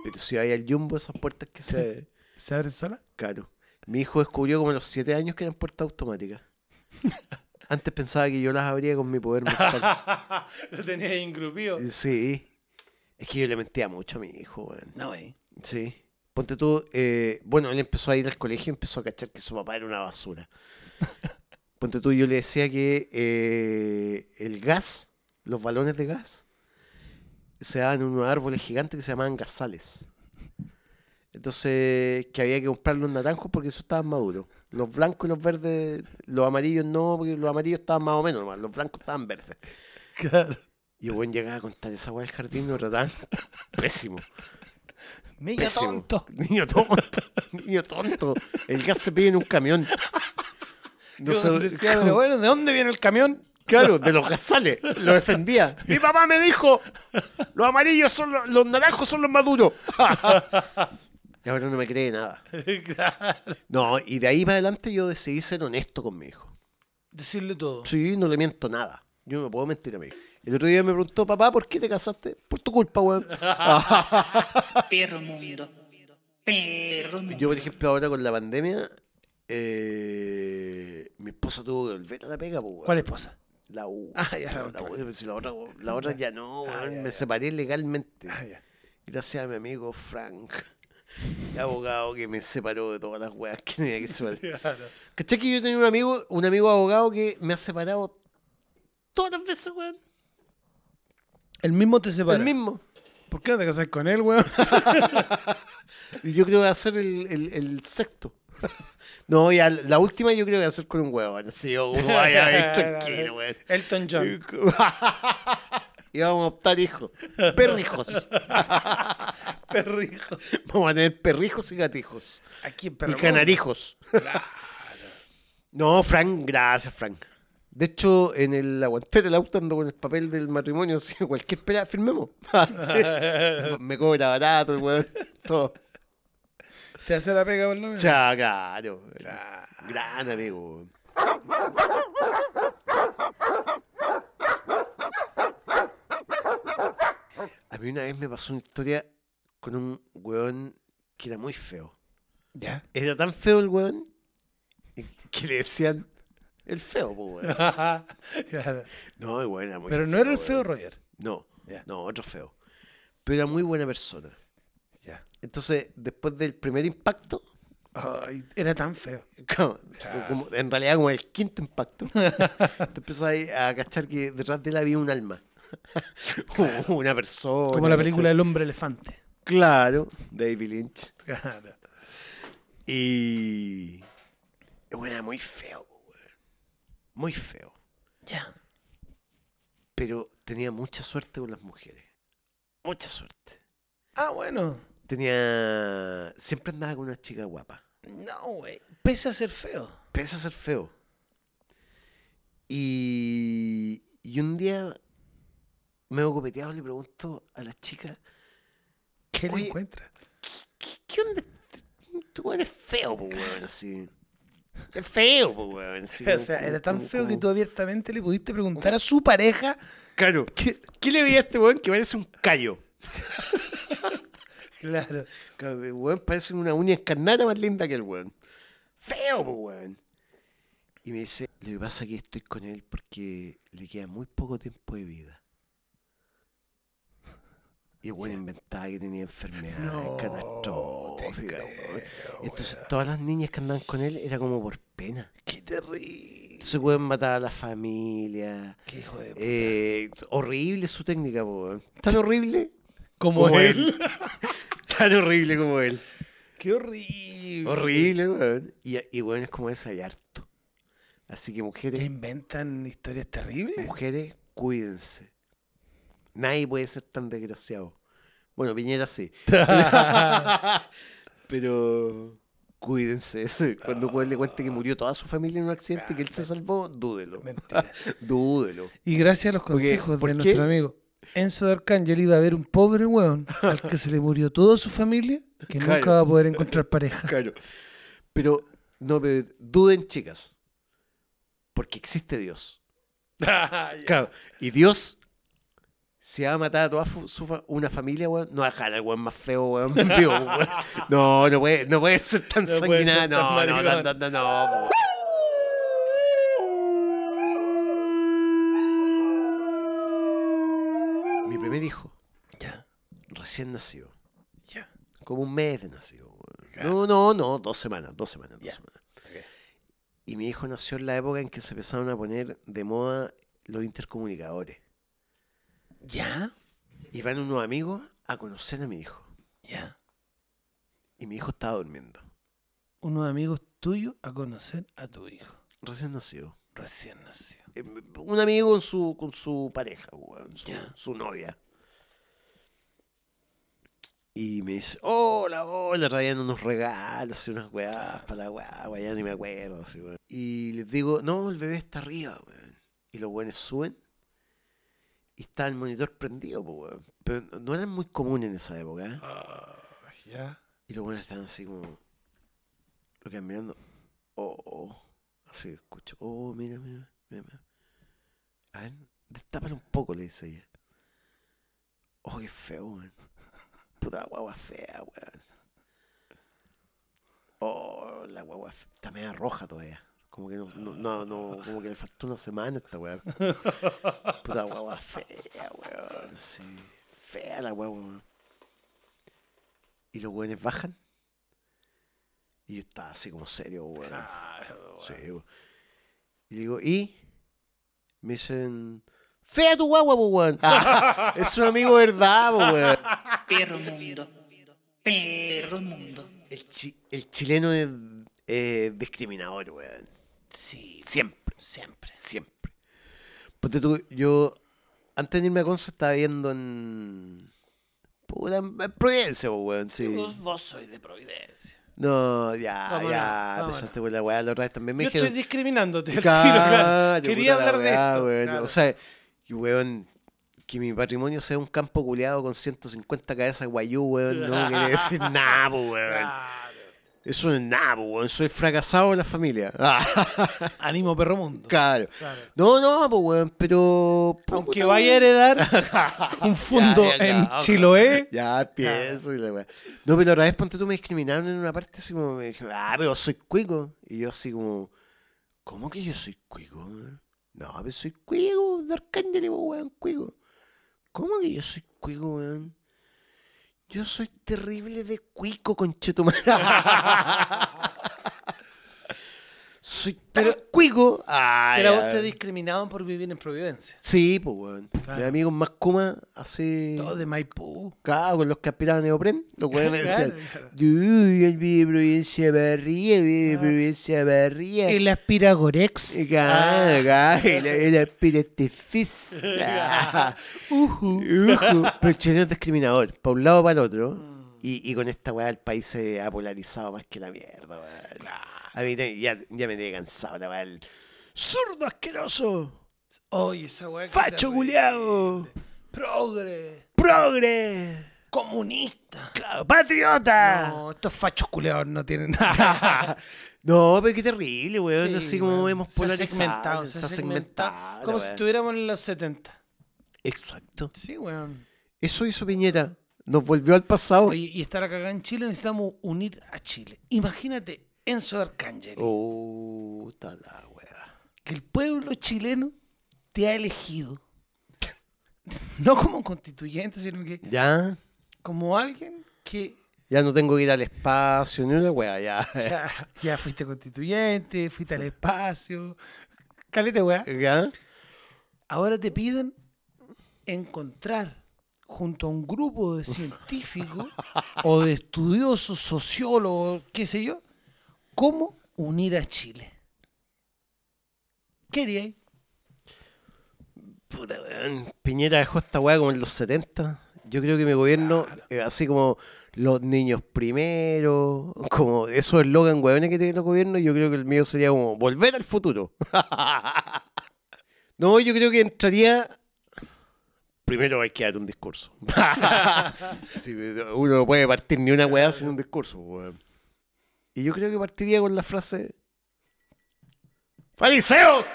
B: Pero si hay al jumbo, esas puertas que se.
C: ¿Se abre sola?
B: Claro. Mi hijo descubrió como a los 7 años que eran puertas automáticas. Antes pensaba que yo las abría con mi poder mental.
C: Lo tenías ingrupido.
B: Sí. Es que yo le mentía mucho a mi hijo, weón.
C: No, eh. wey.
B: Sí. Ponte tú, eh, bueno, él empezó a ir al colegio y empezó a cachar que su papá era una basura. Ponte tú, yo le decía que eh, el gas, los balones de gas, se daban en unos árboles gigantes que se llamaban gazales. Entonces, que había que comprar los naranjos porque esos estaban maduros. Los blancos y los verdes, los amarillos no, porque los amarillos estaban más o menos nomás, los blancos estaban verdes.
C: Claro.
B: Y el buen llegaba a contar esa weá del jardín, lo trataban pésimo.
C: Niño
B: Pésimo.
C: tonto.
B: Niño tonto. Niño tonto. El gas se pide en un camión. No
C: Yo
B: sé-
C: decía, pero bueno, ¿de dónde viene el camión?
B: Claro, de los gasales. Lo defendía. Mi papá me dijo, los amarillos son los, los naranjos son los maduros. y ahora no me cree nada. No, y de ahí para adelante yo decidí ser honesto con mi hijo.
C: Decirle todo.
B: Sí, no le miento nada. Yo no puedo mentir a mi hijo. El otro día me preguntó, papá, ¿por qué te casaste? Por tu culpa, weón.
A: perro mundo, perro mundo.
B: Yo, por ejemplo, ahora con la pandemia, eh, mi esposa tuvo que volver a la pega, pues, weón.
C: ¿Cuál esposa?
B: La U.
C: Ah, ya, la
B: la,
C: otra. Ah,
B: U, pero si la otra, la otra ya no, weón, me separé legalmente.
C: ya.
B: Gracias a mi amigo Frank, el abogado que me separó de todas las weas que tenía que separar. ¿Cachai que yo tenía un amigo, un amigo abogado que me ha separado todas las veces, weón?
C: El mismo te separa.
B: El mismo.
C: ¿Por qué no te casas con él, weón?
B: Y yo creo que va a ser el, el- el sexto. No, ya la última yo creo que va a ser con un weón. Así, yo, vaya, tranquilo, weón.
C: Elton Eh, John.
B: Y vamos a optar hijos. Perrijos.
C: Perrijo.
B: Vamos a tener perrijos y gatijos.
C: Aquí en
B: Y
C: Perro
B: canarijos. No, Frank, gracias, Frank. De hecho, en el aguantete del auto ando con el papel del matrimonio. Así que cualquier pelea, firmemos. Sí. Me cobra barato el weón. Todo.
C: Mundo. Te hace la pega, por lo menos.
B: Ya, claro. Gran amigo. A mí una vez me pasó una historia con un weón que era muy feo.
C: Ya.
B: Era tan feo el weón que le decían el feo, po, weón.
C: Claro.
B: No, el weón era muy
C: Pero no
B: feo,
C: era el
B: weón.
C: feo Roger.
B: No,
C: Ya.
B: no, otro feo. Pero era muy buena persona.
C: Ya.
B: Entonces, después del primer impacto,
C: Ay, era tan feo.
B: Como- como- en realidad como el quinto impacto. Tú empiezas ahí a cachar que detrás de él había un alma. Una persona.
C: Como la película El hombre elefante.
B: ¿cachai? Claro, David Lynch.
C: Claro.
B: Y... Bueno, era muy feo, weón. Muy feo.
C: Ya.
B: Pero tenía mucha suerte con las mujeres. Mucha suerte.
C: Ah, bueno.
B: Tenía... Siempre andaba con una chica guapa.
C: No, güey. Pese a ser feo.
B: pese a ser feo. Y, y un día me copeteado le pregunto a la chica,
C: ¿Qué
B: Oye.
C: le encuentra?
B: ¿qué, qué onda? este- Tú eres feo, po, weón, así. Es feo, po, weón. así
C: O
B: como-
C: sea,
B: como-
C: era tan
B: como-
C: feo que
B: como-
C: tú abiertamente le pudiste preguntar a su pareja.
B: Claro, ¿qué, qué le veía a este weón que parece un callo?
C: Claro.
B: Claro, el weón parece una uña encarnada más linda que el weón. Feo, po, weón. Y me dice, lo que pasa es que estoy con él porque le queda muy poco tiempo de vida. Y el weón inventaba que tenía enfermedades
C: No, te
B: catastróficas,
C: creo,
B: weón. Y Entonces todas las niñas que andaban con él era como por pena.
C: Qué terrible.
B: Entonces el weón mataba a la familia.
C: Qué hijo de puta.
B: Eh, horrible su técnica, po, weón. Tan horrible
C: Como él.
B: Tan horrible como él.
C: Qué horrible.
B: Horrible, weón. Y, y weón es como esa hay harto. Así que
C: Te
B: mujeres,
C: inventan historias terribles.
B: mujeres, cuídense. Nadie puede ser tan desgraciado. Bueno, Piñera sí. Pero cuídense. Cuando un weón le cuente que murió toda su familia en un accidente y que él se salvó, dúdelo.
C: Mentira.
B: dúdelo.
C: Y gracias a los
B: Porque,
C: consejos
B: ¿por
C: de
B: qué?
C: nuestro amigo Enzo de Arcángel iba a haber un pobre hueón al que se le murió toda su familia que
B: Claro.
C: nunca va a poder encontrar pareja.
B: Claro. Pero no pero duden, chicas. Porque existe Dios.
C: Ah,
B: Claro. Y Dios se va a matar a toda fu- su fa- una familia, weón. No va a dejar al weón más feo, weón. vivo, weón. No, no puede, no puede ser tan
C: No puede ser tan
B: sanguinario. No, no, no,
C: maricón.
B: no, no, no, po. Mi primer hijo,
C: Ya,
B: recién nacido.
C: ya.
B: Como un mes de nacido. weón. No, no, no, dos semanas, dos semanas, dos semanas. Y mi hijo nació en la época en que se empezaron a poner de moda los intercomunicadores.
C: Ya,
B: Y van unos amigos a conocer a mi hijo.
C: ya.
B: Y mi hijo estaba durmiendo,
C: Unos amigos tuyos a conocer a tu hijo
B: recién nacido.
C: recién nacido.
B: Eh, Un amigo con su, con su pareja, weón, su,
C: Ya.
B: su novia. Y me dice, hola, hola, trayendo unos regalos y unas weás para la guagua, ya ni me acuerdo. así, weón. Y les digo, no, el bebé está arriba, weón. Y los weones suben y está el monitor prendido, po, weón. Pero no eran muy comunes en esa época, ¿eh?
C: Ah, Ya.
B: Y los buenos estaban así como. Lo que mirando. Oh, oh. Así escucho. Oh, mira, mira, mira. mira. A ver, destápalo un poco, le dice ella. Oh, qué feo, weón. Puta guagua fea, weón. Oh, la guagua fe- Está media roja todavía. Como que no, no, no, no, como que le faltó una semana a esta weón. Puta guagua fea, weón. Sí. Fea la guagua, weón. Y los weones bajan. Y yo estaba así como serio, weón. Sí, weón. Y le digo, ¿y? Me dicen, fea tu guagua, po, weón. Ah, es un amigo verdad, po, weón.
A: perro mundo, perro mundo,
B: El, chi- el chileno es eh, discriminador, weón.
C: Sí,
B: Siempre,
C: siempre.
B: siempre. Ponte tú, yo, antes de irme a Conce, estaba viendo en. Puta, en en Providencia, po, weón, sí.
C: Vos, vos sois de Providencia.
B: No, ya,
C: pues. Vámonos,
B: ya,
C: vámonos.
B: empezaste por la weá la otra vez también. Me
C: Yo
B: dijeron,
C: estoy discriminándote. al
B: Claro,
C: tiro, claro.
B: puta
C: Quería
B: la
C: hablar de
B: weá,
C: esto.
B: weón.
C: claro.
B: O sea, y weón, que mi patrimonio sea un campo culeado con 150 cabezas de guayú, weón, no quiere decir nada, po, weón.
C: Claro.
B: Eso no es nada, po, weón. Soy fracasado en la familia. Ah,
C: Ánimo, perro mundo.
B: claro.
C: Claro.
B: No, no, pues, weón, pero.
C: Aunque
B: puta,
C: vaya a
B: weón.
C: heredar un fondo
B: Ya, ya,
C: en
B: ya.
C: Chiloé.
B: Ya empiezo y la weá. No, pero otra vez ponte tú me discriminaron en una parte así como me dijeron, ah, pero soy cuico. Y yo así como, ¿cómo que yo soy cuico? No, pero soy cuico, de Arcángel, po, weón, cuico. ¿Cómo que yo soy cuico, weón? Yo soy terrible de cuico, conchetumara. soy tan cuico. Ah,
C: Pero a
B: ya.
C: vos te discriminaban por vivir en Providencia.
B: Sí, pues, weón.
C: Claro.
B: Mis amigos más cumas, así...
C: Todo de Maipú.
B: Claro, con los que aspiraban neopren, los weones me decían,
C: Claro.
B: uy, el vive provincia barría, vive provincia barría.
C: El Ah. aspiragorex.
B: Y Claro, claro, y la- y la aspira este fizz. Ah, ujú. Pero el chileno es discriminador, para un lado o para el otro. Y, y con esta weá el país se ha polarizado más que la mierda, weón. A mí te- ya, ya me tiene cansado la weá. el Zurdo asqueroso,
C: Oye, esa weá. que
B: facho
C: era
B: culiao,
C: Progre.
B: progre,
C: Comunista.
B: claro, patriota.
C: No, estos fachos culeados no tienen nada.
B: No, pero qué terrible, weón.
C: Sí,
B: así como
C: weón.
B: hemos
C: Se ha
B: polarizado.
C: segmentado, se ha segmentado. Como si
B: weón.
C: estuviéramos en los 70.
B: Exacto.
C: Sí, weón.
B: Eso hizo Piñera. Nos volvió al pasado.
C: Oye, y estar acá en Chile necesitamos unir a Chile. Imagínate Enzo Arcángel.
B: Oh, ta la weá.
C: que el pueblo chileno te ha elegido. No como constituyente, sino que
B: Ya,
C: como alguien que
B: ya no tengo que ir al espacio ni una weá, ya.
C: ya, ya fuiste constituyente, fuiste al espacio. Calete, weá.
B: ¿Ya?
C: Ahora te piden encontrar junto a un grupo de científicos o de estudiosos, sociólogos, qué sé yo, cómo unir a Chile. ¿Qué haríais?
B: Puta, weón. Piñera dejó esta weá como en los 70. Yo creo que mi gobierno, eh, así como los niños primero, como esos eslogan hueones que tienen los gobiernos, yo creo que el mío sería como volver al futuro. no, yo creo que entraría... Primero hay que dar un discurso. Sí, uno no puede partir ni una hueá sin un discurso. weón. Y yo creo que partiría con la frase... ¡Fariseos!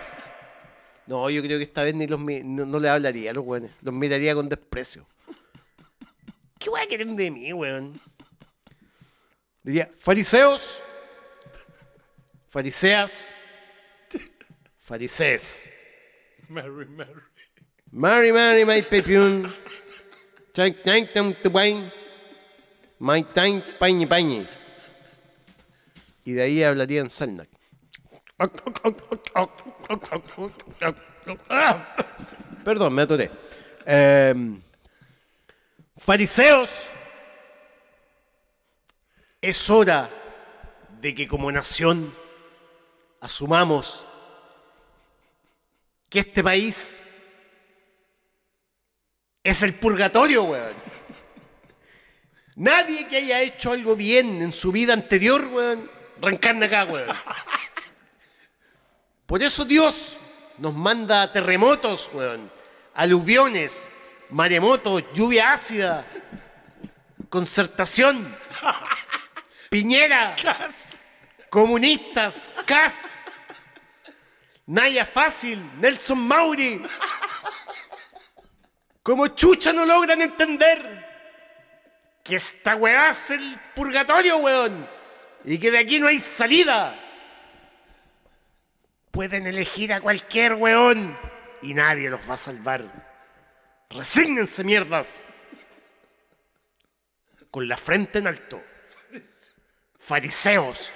B: No, yo creo que esta vez ni los mi- no, no le hablaría a los weones. Los miraría con desprecio. ¿Qué weá quieren de mí, weón? Diría, fariseos, fariseas, farisees.
C: Mary, Mary.
B: Mary, Mary, my pepión. Chank, chank, tam, tu, pain. My time, pañi, pañi. Y de ahí hablaría en Salnac. Perdón, me atoré. Em, fariseos, es hora de que como nación asumamos que este país es el purgatorio, weón. Nadie que haya hecho algo bien en su vida anterior, weón, reencarna acá, weón. Por eso Dios nos manda a terremotos, weón, aluviones, maremotos, lluvia ácida, concertación, piñera, comunistas, Cast, Naya Fácil, Nelson Mauri. Como chucha no logran entender que esta weá es el purgatorio, weón. Y que de aquí no hay salida. Pueden elegir a cualquier weón y nadie los va a salvar. Resígnense, mierdas. Con la frente en alto. Fariseos.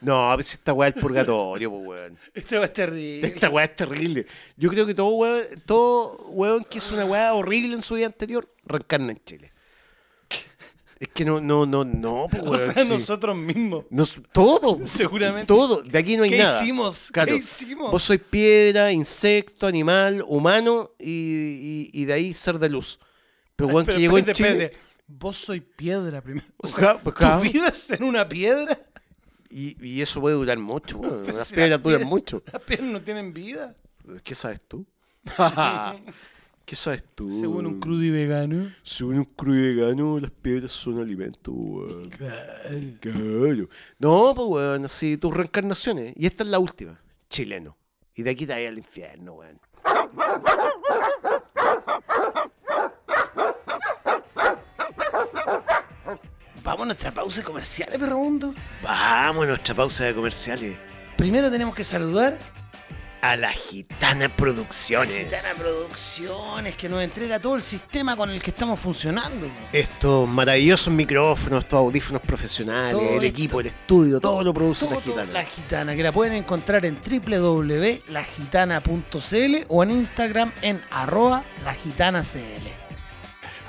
B: No, a ver si esta weá es el purgatorio, pues, weón.
C: Esto Este va a estar terrible.
B: Esta weá es terrible. Yo creo que todo weón, todo weón que hizo una weá horrible en su vida anterior, reencarna en Chile. Es que no, no, no, no, pues,
C: O
B: weón,
C: sea,
B: sí.
C: nosotros mismos.
B: Nos- todo.
C: Seguramente.
B: Todo. De aquí no hay
C: ¿Qué
B: nada.
C: hicimos? ¿Qué hicimos?
B: Vos sois piedra, insecto, animal, humano y, y- y de ahí ser de luz. Pero weón
C: Pero
B: que llegó en
C: espérate,
B: Chile.
C: espérate. Vos soy piedra primero. O sea,
B: Ajá, pues, claro.
C: ¿tú vives en una piedra?
B: Y, y eso puede durar mucho, weón. Las
C: Si
B: piedras duran
C: piedras-
B: mucho.
C: Las piedras no tienen vida.
B: ¿Qué sabes tú? ¿Qué sabes tú?
C: Según un
B: weón?
C: crudo y vegano.
B: Según un crudo vegano, las piedras son alimento, weón. Claro. No, pues, weón, así tus reencarnaciones. Y esta es la última, chileno. Y de aquí te vas al infierno, weón.
C: Vamos a nuestra pausa comercial, perro mundo.
B: Vamos a nuestra pausa de comerciales.
C: Primero tenemos que saludar
B: A la Gitana Producciones.
C: Tana Producciones, que nos entrega todo el sistema con el que estamos funcionando.
B: Estos maravillosos micrófonos, estos audífonos profesionales,
C: Todo
B: el
C: esto.
B: equipo, el estudio, todo, lo produce
C: Todo,
B: la Gitana.
C: todo, La Gitana, que la pueden encontrar en www.lagitana.cl o en Instagram en arroba lagitanacl.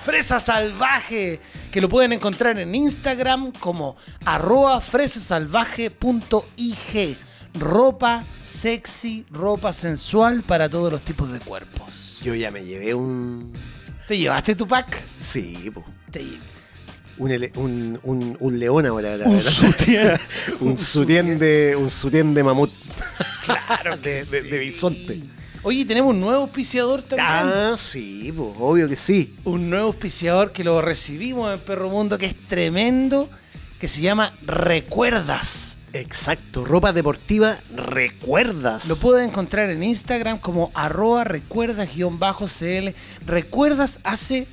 C: Fresa Salvaje, que lo pueden encontrar en Instagram como arroba fresasalvaje.ig. Ropa sexy, ropa sensual para todos los tipos de cuerpos.
B: Yo ya me llevé un...
C: ¿Te llevaste tu pack?
B: Sí, pues.
C: Te llevaste.
B: un, ele- un, un, un león ahora, la
C: Un
B: verdad.
C: sutién.
B: un sutién de, un sutién de mamut. Claro, de, de, de bisonte.
C: Sí. Oye, tenemos un nuevo auspiciador también.
B: Ah, sí, po, obvio que sí.
C: Un nuevo auspiciador que lo recibimos en Perro Mundo, que es tremendo, que se llama Recuerdas.
B: Exacto, ropa deportiva, recuerdas.
C: Lo pueden encontrar en Instagram como arroba recuerdas-cl. Recuerdas hace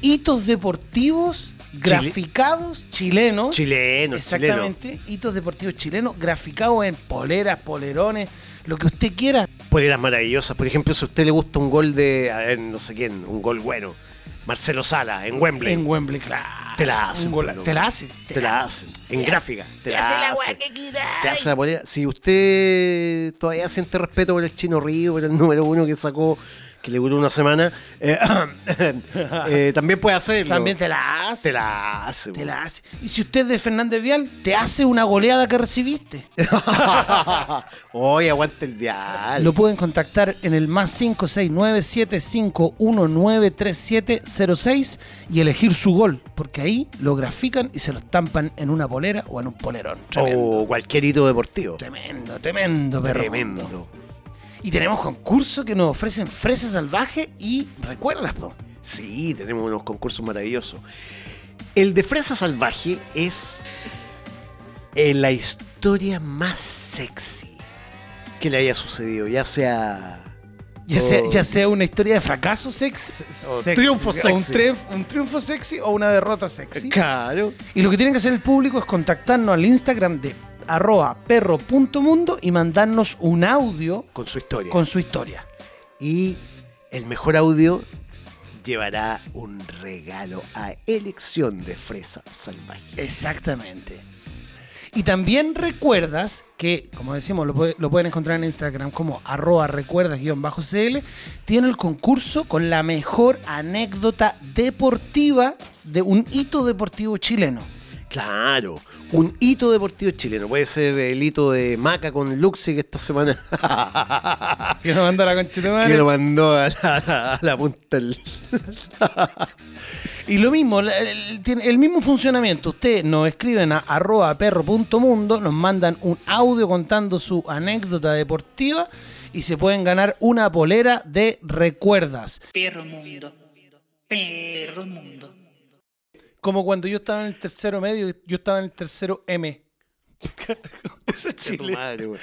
C: hitos deportivos graficados chilenos.
B: chileno, chileno.
C: Exactamente, hitos deportivos chilenos graficados en poleras, polerones, lo que usted quiera.
B: Poleras maravillosas. Por ejemplo, si a usted le gusta un gol de, a ver, no sé quién, un gol bueno. Marcelo Sala, en Wembley.
C: En Wembley, claro.
B: Te la hacen,
C: Un gola-
B: boludo.
C: Te la hacen.
B: te la hacen. En gráfica. Te, la hacen. Te
C: quieras.
B: hace la polera. Si usted todavía siente respeto por el Chino Río, por el número uno que sacó que le duró una semana, eh, eh, también puede hacerlo.
C: También te la hace.
B: Te la hace.
C: Te la hace. Y si usted es de Fernández Vial, te hace una goleada que recibiste.
B: Hoy aguanta el vial.
C: Lo pueden contactar en el más 569-7519-3706 y elegir su gol, porque ahí lo grafican y se lo estampan en una polera o en un polerón. Tremendo,
B: o cualquier hito deportivo.
C: tremendo, tremendo, perro.
B: Oh. Tremendo.
C: Y tenemos concursos que nos ofrecen fresa salvaje y recuerdas, po.
B: Sí, tenemos unos concursos maravillosos. El de Fresa Salvaje es eh, la historia más sexy que le haya sucedido, ya sea...
C: Ya, sea,
B: Oh.
C: ya sea una historia de fracaso sexy,
B: o
C: sexy,
B: triunfo
C: o Un,
B: sexy.
C: triunf- un triunfo sexy o una derrota sexy.
B: Claro.
C: Y lo que tienen que hacer el público es contactarnos al Instagram de arroba perro.mundo y mandarnos un audio
B: Con su historia.
C: con su historia.
B: Y el mejor audio llevará un regalo a elección de Fresa Salvaje.
C: Exactamente. Y también recuerdas que, como decimos, lo, puede- lo pueden encontrar en Instagram como arroba recuerdas-cl, tiene el concurso con la mejor anécdota deportiva de un hito deportivo chileno.
B: Claro, un hito deportivo chileno. Puede ser el hito de Maca con Luxi que esta semana
C: Que nos manda la conchetumare.
B: que lo mandó a la, a la punta del-
C: Y lo mismo, la- el, tiene el mismo funcionamiento. Ustedes nos escriben a arroba perro.mundo, nos mandan un audio contando su anécdota deportiva y se pueden ganar una polera de recuerdas.
A: Perro mundo. Perro mundo.
C: Como cuando yo estaba en el tercero medio, yo estaba en el tercero M. Eso es
B: Tu
C: Chile.
B: madre, Eh, güey.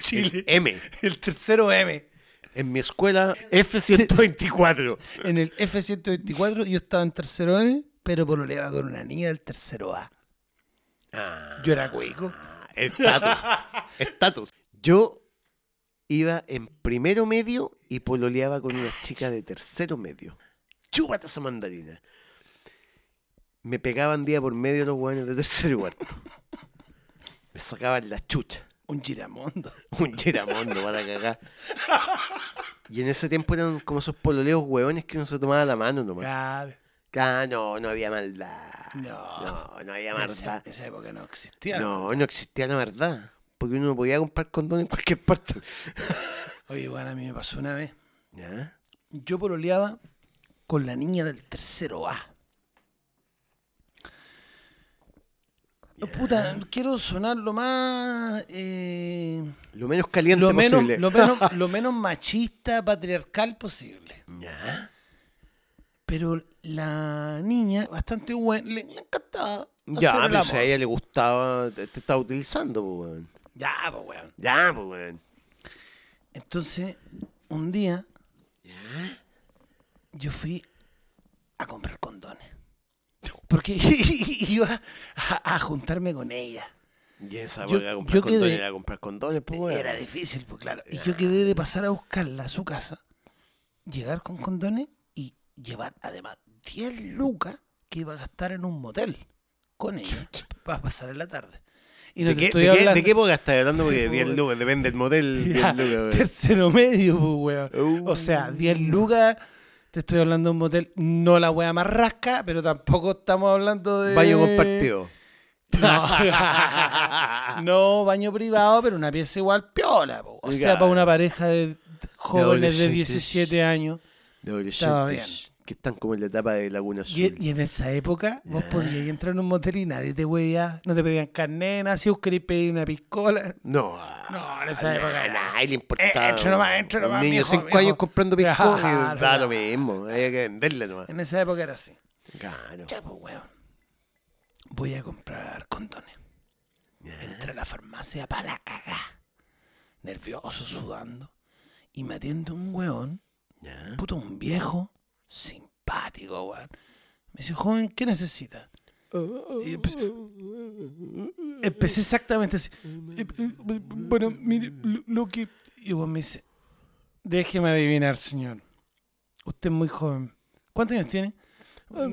C: Chile. El,
B: M.
C: tercero M.
B: En mi escuela F124.
C: En el F-124 yo estaba en tercero M, pero por lo leva con una niña del tercero A.
B: Ah.
C: Yo era cuico.
B: Estatus. Estatus. Yo iba en primero medio y pololeaba con una chica de tercero medio. Chúpate esa mandarina. Me pegaban día por medio los hueones de tercero y cuarto. Me sacaban la chucha.
C: Un giramondo.
B: Un giramondo para cagar. Y en ese tiempo eran como esos pololeos hueones que uno se tomaba la mano nomás.
C: Claro.
B: Ah, no, no había maldad.
C: No.
B: No, no había
C: En esa,
B: maldad.
C: esa época no existía.
B: No, no existía la verdad. Porque uno no podía comprar condón en cualquier parte.
C: Oye, bueno, a mí me pasó una vez.
B: ¿Ya?
C: Yo pololeaba con la niña del tercero A. Oh, Puta, quiero sonar lo más. eh,
B: Lo menos caliente
C: lo, menos,
B: posible.
C: lo, menos, lo menos machista, patriarcal posible.
B: ¿Ya?
C: Pero la niña, bastante buena, le, le encantaba.
B: Ya,
C: hacer el
B: pero si a
C: amor.
B: ella le gustaba, te, te estaba utilizando, pues, weón.
C: Ya, pues, weón.
B: Ya, pues, weón.
C: Entonces, un día, yo fui a comprar condones. Porque iba a, a juntarme con ella.
B: Y esa
C: Yo-
B: weón era
C: yo
B: comprar
C: quedé-
B: condones, era comprar condones, pues, weón.
C: Era difícil, pues claro. Y yo quedé de pasar a buscarla a su casa, llegar con condones y llevar además 10 lucas que iba a gastar en un motel con ella para pasar en la tarde. Y no
B: ¿De
C: te
B: qué,
C: estoy
B: de qué-
C: hablando-
B: de qué época estás hablando? Porque
C: Sí,
B: 10
C: weón.
B: lucas, depende del modelo. 10 lucas, weón.
C: Tercero medio, pues, weón.
B: Uh.
C: O sea, 10 lucas. Te estoy hablando de un motel, no la wea más rasca, pero tampoco estamos hablando de.
B: Baño compartido.
C: No, No, baño privado, pero una pieza igual piola, po. O sea,
B: Claro.
C: para una pareja de jóvenes de
B: adolescentes.
C: 17 años.
B: De
C: Estaba
B: adolescentes que están como en la etapa de Laguna Azul.
C: Y, e- y en esa época, vos podías entrar en un motel y nadie te weía, no te pedían carnet, nada, si vos querías pedir una piscola.
B: No,
C: No, en esa época era-
B: A nadie le importaba.
C: Eh, entre nomás, entre
B: Un
C: nomás,
B: niño de
C: mijo,
B: 5
C: mijo.
B: años comprando piscolas
C: Claro.
B: da lo mismo. Hay que venderla nomás.
C: En esa época era así.
B: Claro.
C: Ya, pues, weón. Voy a comprar condones. Entra a la farmacia para la cagá. Nervioso, sudando. Y me atiende un weón,
B: Ya.
C: puto, un viejo, simpático, weón. Me dice, joven, ¿qué necesita? Y empecé, empecé exactamente así. Eh, eh, Bueno, mire, lo- lo que... Y weón me dice, déjeme adivinar, señor. Usted es muy joven. ¿Cuántos años tiene?
B: Ah,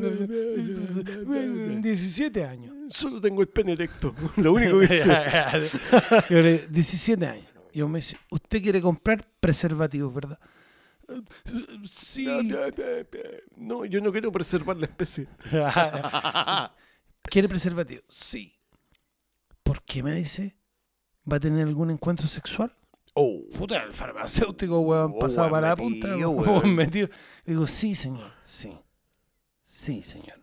C: 17 años.
B: Solo tengo el pene erecto. Lo único que sé.
C: Yo le 17 años. Y yo me dice, usted quiere comprar preservativos, ¿verdad? Sí.
B: No, yo no quiero preservar la especie.
C: ¿Quiere preservativo? Sí. ¿Por qué me dice? ¿Va a tener algún encuentro sexual?
B: Oh.
C: Puta, el farmacéutico, weón,
B: Oh,
C: pasado
B: weón,
C: para la punta.
B: metido,
C: weón,
B: weón.
C: metido. Le digo, sí, señor, sí. Sí, señor.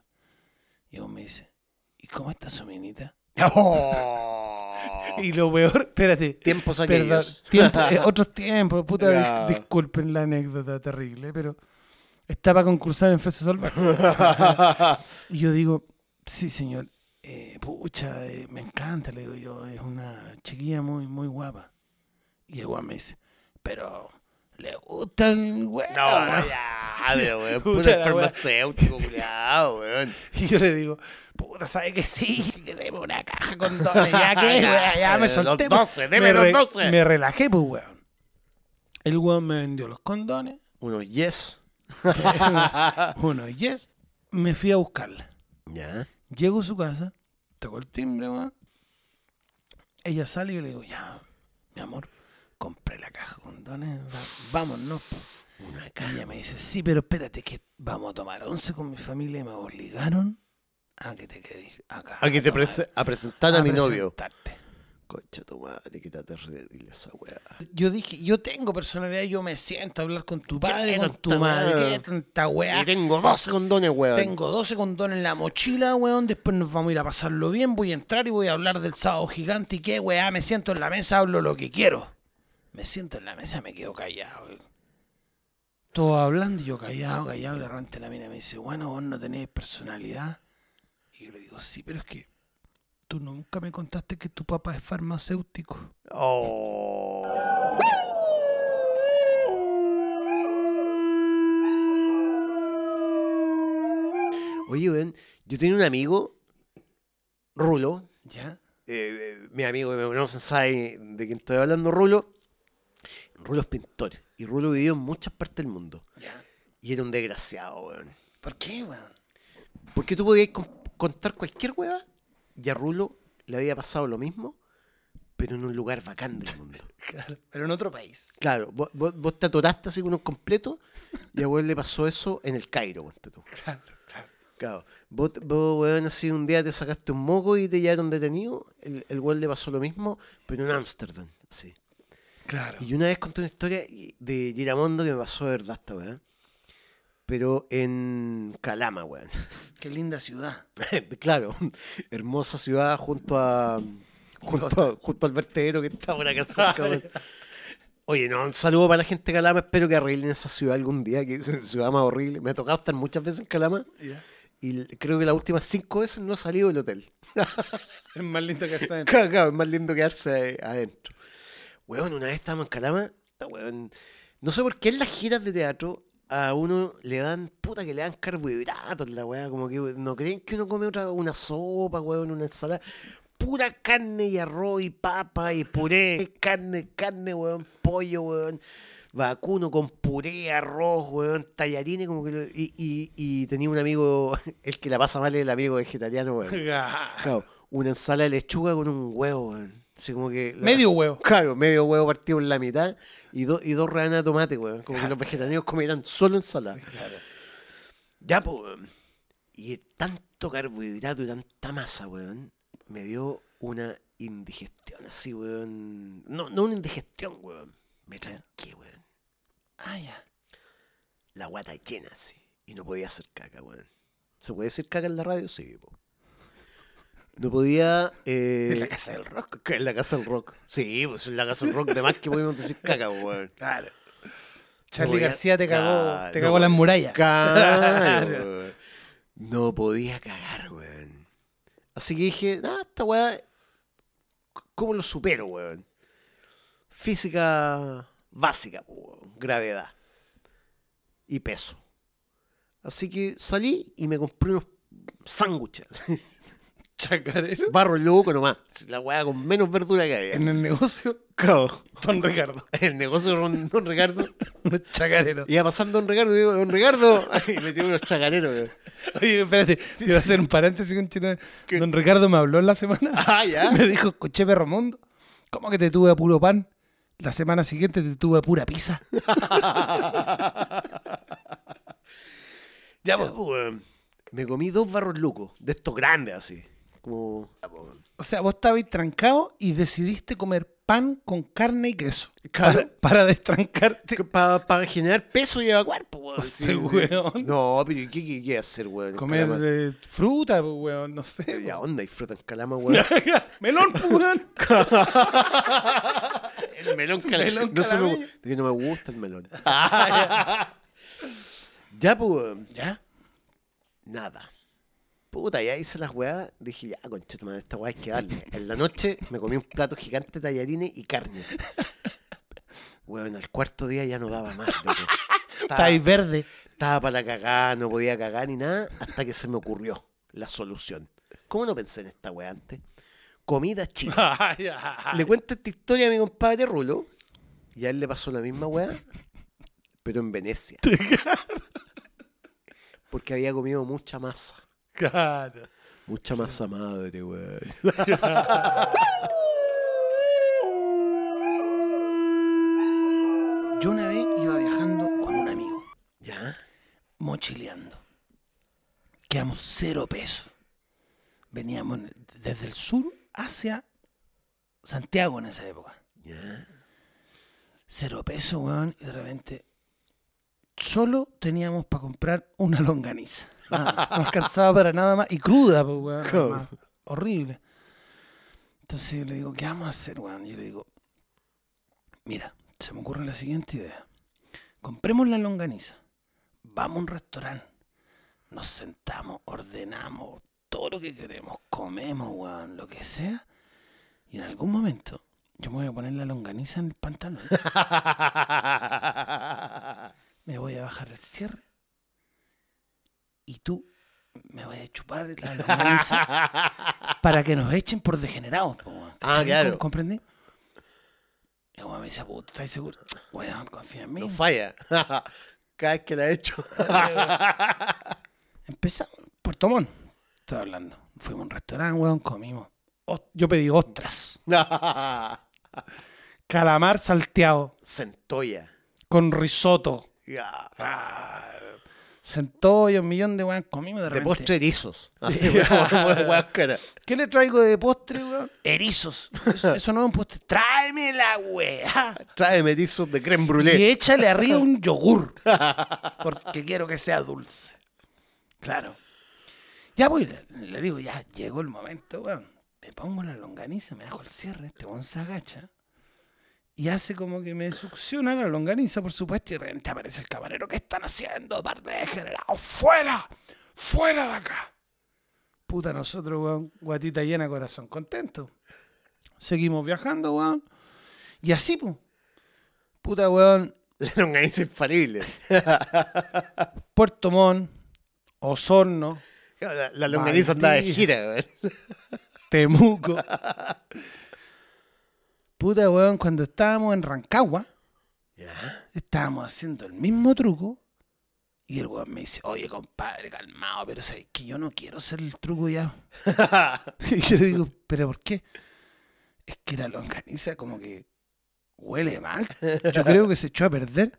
C: Y aún me dice, ¿y cómo está su minita?
B: Oh.
C: Y lo peor, espérate.
B: Tiempos
C: Oh. Perdón,
B: aquellos.
C: tiempo- eh, otros tiempos, puta, dis-
B: Ya.
C: disculpen la anécdota terrible, pero estaba a concursar en Fresa Salvaje. y yo digo, sí, señor, eh, pucha, eh, me encanta, le digo yo, es una chiquilla muy, muy guapa. Y el guapa me dice, pero le gusta el güey.
B: No, ya, pero, weón,
C: Puta
B: puta
C: la
B: el farmacéutico, culiao, weón.
C: Y yo le digo, puta, ¿sabe que sí? Sí que deme una caja con dones. Ya que, weón, ya me
B: Eh,
C: solté.
B: los
C: pues.
B: 12, deme los
C: re-
B: 12.
C: Me relajé, pues, weón. El weón me vendió los condones,
B: Uno, yes.
C: uno yes. Me fui a buscarla.
B: Ya.
C: Llego a su casa, tocó el timbre, weón. Ella sale y yo le digo, ya, mi amor, compré la caja con dones, va- vámonos. po. Y ella me dice, sí, pero espérate, que vamos a tomar once con mi familia y me obligaron a que te quedes acá.
B: Aquí te
C: tomar-
B: prese- a presentar a, mi novio.
C: presentarte.
B: Concha tu madre, quítate dile esa weá.
C: Yo dije, yo tengo personalidad, yo me siento a hablar con tu padre,
B: ¿Qué
C: con
B: tanta
C: tu madre,
B: weá?
C: qué tanta
B: Y
C: weá.
B: tengo 12 condones, weón.
C: Tengo 12 condones en la mochila, weón. Después nos vamos a ir a pasarlo bien. Voy a entrar y voy a hablar del sábado gigante. Y qué, weá, me siento en la mesa, hablo lo que quiero. Me siento en la mesa, me quedo callado. weón. Todo hablando y yo callado, callado. Y de repente la mina me dice, bueno, vos no tenés personalidad. Y yo le digo, sí, pero es que tú nunca me contaste que tu papá es farmacéutico.
B: Oh. Oye, weón, yo tenía un amigo, Rulo,
C: ¿Ya?
B: eh, eh, mi amigo que me conoce sabe de quién estoy hablando, Rulo. Rulo es pintor y Rulo vivió en muchas partes del mundo.
C: ¿Ya?
B: Y era un desgraciado, weón.
C: ¿Por qué, weón?
B: Porque tú podías con- contar cualquier hueva y a Rulo le había pasado lo mismo, pero en un lugar bacán del mundo.
C: Claro, pero en otro país.
B: Claro, vos, vos- vos te atoraste así con un completo y a vos le pasó eso en el Cairo, ponte tú.
C: Claro, claro.
B: Claro, vos, vos, weón, así un día te sacaste un moco y te llevaron detenido, el, el weón le pasó lo mismo, pero en Ámsterdam, sí.
C: Claro.
B: Y yo una vez conté una historia y- de Giramondo que me pasó de verdad esta weá, pero en Calama, weón.
C: Qué linda ciudad.
B: claro, hermosa ciudad junto a junto, a- junto al vertedero que está por acá cerca. weón. Oye, no, un saludo para la gente de Calama, espero que arreglen esa ciudad algún día, que es una ciudad más horrible. Me ha tocado estar muchas veces en Calama y l- creo que las últimas cinco veces no he salido del hotel.
C: Es más lindo que estar en
B: Claro, claro, es más lindo quedarse a- adentro. Weón, una vez estábamos en Calama, puta, weón, no sé por qué en las giras de teatro a uno le dan, puta, que le dan carbohidratos, la weá, como que no creen que uno come otra, una sopa, weón, una ensalada. Pura carne y arroz y papa y puré, carne, carne, weón, pollo, weón, vacuno con puré, arroz, weón, tallarines, como que... lo- y, y, y tenía un amigo, el que la pasa mal es el amigo vegetariano, weón. Claro, una ensalada de lechuga con un huevo, weón. Así como que. la-
C: Medio huevo.
B: Claro, medio huevo partido en la mitad y, do- y dos rebanadas de tomate, weón. Como que los vegetarianos comieran solo ensalada. Ya, pues, weón. Y tanto carbohidrato y tanta masa, weón, me dio una indigestión así, weón. No, no una indigestión, weón. Me tranqué, weón.
C: Ah, ya.
B: La guata llena así. Y no podía hacer caca, weón. ¿Se puede decir caca en la radio? Sí, po. No podía. eh,
C: En la casa del rock.
B: que En la casa del rock. Sí, pues en la casa del rock, de más que podemos decir caca, po, weón.
C: Claro.
B: No
C: Charlie
B: podía-
C: García te cagó,
B: Claro,
C: te
B: no
C: cagó las
B: podía-
C: murallas.
B: Claro, weón. No podía cagar, weón. Así que dije, ah, esta weá, ¿cómo lo supero, weón? Física básica, po, weón. gravedad y peso. Así que salí y me compré unos sándwiches.
C: Chacarero.
B: Barro loco nomás. La weá con menos verdura que había.
C: En el negocio,
B: Cabo.
C: Don Ricardo.
B: El negocio de Don Don Ricardo.
C: Unos chacareros.
B: Iba pasando Don Ricardo y digo, Don Ricardo. Y me tiró unos chacareros, weón.
C: Oye, espérate, te voy a hacer un paréntesis con chino. Don Ricardo me habló en la semana.
B: Ah, ya.
C: Me dijo, escuché perro mundo. ¿Cómo que te tuve a puro pan? La semana siguiente te tuve pura pizza.
B: Ya, pues, weón. Me comí dos barros locos, de estos grandes así. Como.
C: O sea, vos estabais trancado y decidiste comer pan con carne y queso.
B: Claro.
C: Para, para destrancarte.
B: Para generar peso y evacuar, pues, weón.
C: Sí, weón.
B: No, pero ¿y ¿qué, qué, qué hacer, weón?
C: Comer
B: Calama-
C: eh, fruta, pues, weón, no sé.
B: ¿Y a
C: weón.
B: onda y fruta en calama, weón?
C: Melón, pues, weón.
B: el melón calama.
C: Melón
B: no, se me,
C: calameño.
B: gu- que no me gusta el melón. ya, pues, weón.
C: ¿Ya?
B: Nada. Puta, ya hice las weas. Dije, ya, concha, tu madre, esta weá hay que darle. En la noche me comí un plato gigante de tallarines y carne. Weón, al cuarto día ya no daba más, loco.
C: Está ahí
B: Estaba,
C: verde.
B: estaba para cagar, no podía cagar ni nada, hasta que se me ocurrió la solución. ¿Cómo no pensé en esta wea antes? Comida china. Le cuento esta historia a mi compadre Rulo. Y a él le pasó la misma weá, pero en Venecia. Porque había comido mucha masa.
C: Claro.
B: Mucha masa madre, weón.
C: Yo una vez iba viajando con un amigo,
B: ¿Ya?
C: mochileando. Quedamos cero pesos. Veníamos en- desde el sur hacia Santiago en esa época.
B: ¿Ya?
C: Cero pesos, weón, y de repente solo teníamos para comprar una longaniza. Nada, no alcanzaba para nada más. Y cruda, pues, weón. además. Horrible. Entonces yo le digo, ¿qué vamos a hacer, weón? Y yo le digo, mira, se me ocurre la siguiente idea. Compremos la longaniza. Vamos a un restaurante. Nos sentamos, ordenamos todo lo que queremos. Comemos, weón, lo que sea. Y en algún momento yo me voy a poner la longaniza en el pantalón. me voy a bajar el cierre y tú me vas a chupar la longaniza para que nos echen por degenerados. po, weón.
B: Ah,
C: ¿Cachai?
B: claro.
C: ¿Com- ¿Comprendí? Y el weón me dice, puta, ¿estás seguro? Weón, confía en mí.
B: No falla. Cada vez que la he hecho.
C: Empezamos, Puerto Montt, estoy hablando. Fuimos a un restaurante, weón, comimos. Os- Yo pedí ostras, calamar salteado,
B: Centolla.
C: con risotto. Ah,
B: Ya.
C: Sentó y un millón de weón comimos de
B: De
C: repente.
B: postre erizos. Así, weón, weón, cara.
C: ¿Qué le traigo de postre, weón? Erizos. Eso, eso no es un postre. Tráeme la weá.
B: Tráeme erizos de creme
C: Y
B: brûlée.
C: échale arriba un yogur. Porque quiero que sea dulce. Claro. Ya voy, le, le digo, ya llegó el momento, weón. Me pongo la longaniza, me dejo el cierre, este weón se agacha. Y hace como que me succiona la longaniza, por supuesto, y de repente aparece el camarero. ¿Qué están haciendo, par de degenerados? ¡Fuera! ¡Fuera de acá! Puta, nosotros, weón, guatita llena, corazón contento. Seguimos viajando, weón. Y así, pues. Puta, weón,
B: La longaniza infalible.
C: Puerto Montt, Osorno,
B: La, la longaniza andaba de
C: Maldita.
B: gira, weón.
C: Temuco. Puta, weón, cuando estábamos en Rancagua,
B: Ya.
C: estábamos haciendo el mismo truco. Y el weón me dice, oye, compadre, calmado, pero sabes que yo no quiero hacer el truco ya. y yo le digo, ¿pero por qué? Es que la longaniza como que huele mal. Yo creo que se echó a perder.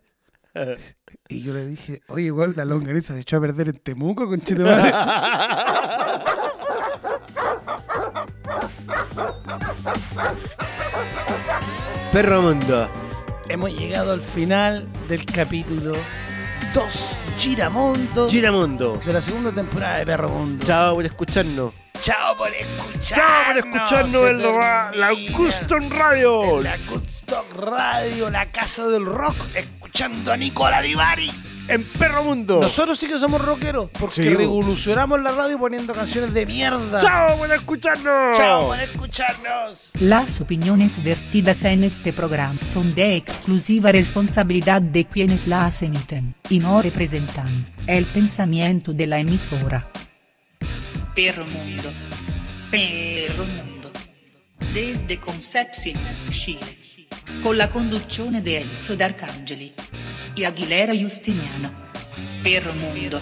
C: Y yo le dije, oye, weón, la longaniza se echó a perder en Temuco, con madre.
B: Perro mundo.
C: Hemos llegado al final del capítulo 2 Giramondo
B: Giramundo.
C: de la segunda temporada de Perro Mundo.
B: Chao por escucharnos.
C: Chao por escucharnos.
B: Chao por escucharnos
C: Se
B: en la, la
C: termina.
B: Custom Radio.
C: En la Woodstock Radio, la casa del rock, escuchando a Nicola Divari.
B: En Perro Mundo.
C: Nosotros sí que somos rockeros, porque
B: Oh. Sí, bo.
C: revolucionamos la radio poniendo canciones de mierda.
B: Chao por escucharnos.
C: Chao por escucharnos.
A: Las opiniones vertidas en este programa son de exclusiva responsabilidad de quienes las emiten y no representan el pensamiento de la emisora. Perro Mundo. Perro Mundo. Desde Concepción, Cile. Con la conduzione di Enzo D'Arcangeli e Aguilera Giustiniano. Perro Mundo.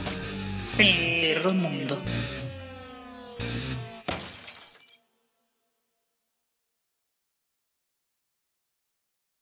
A: Perro Mundo.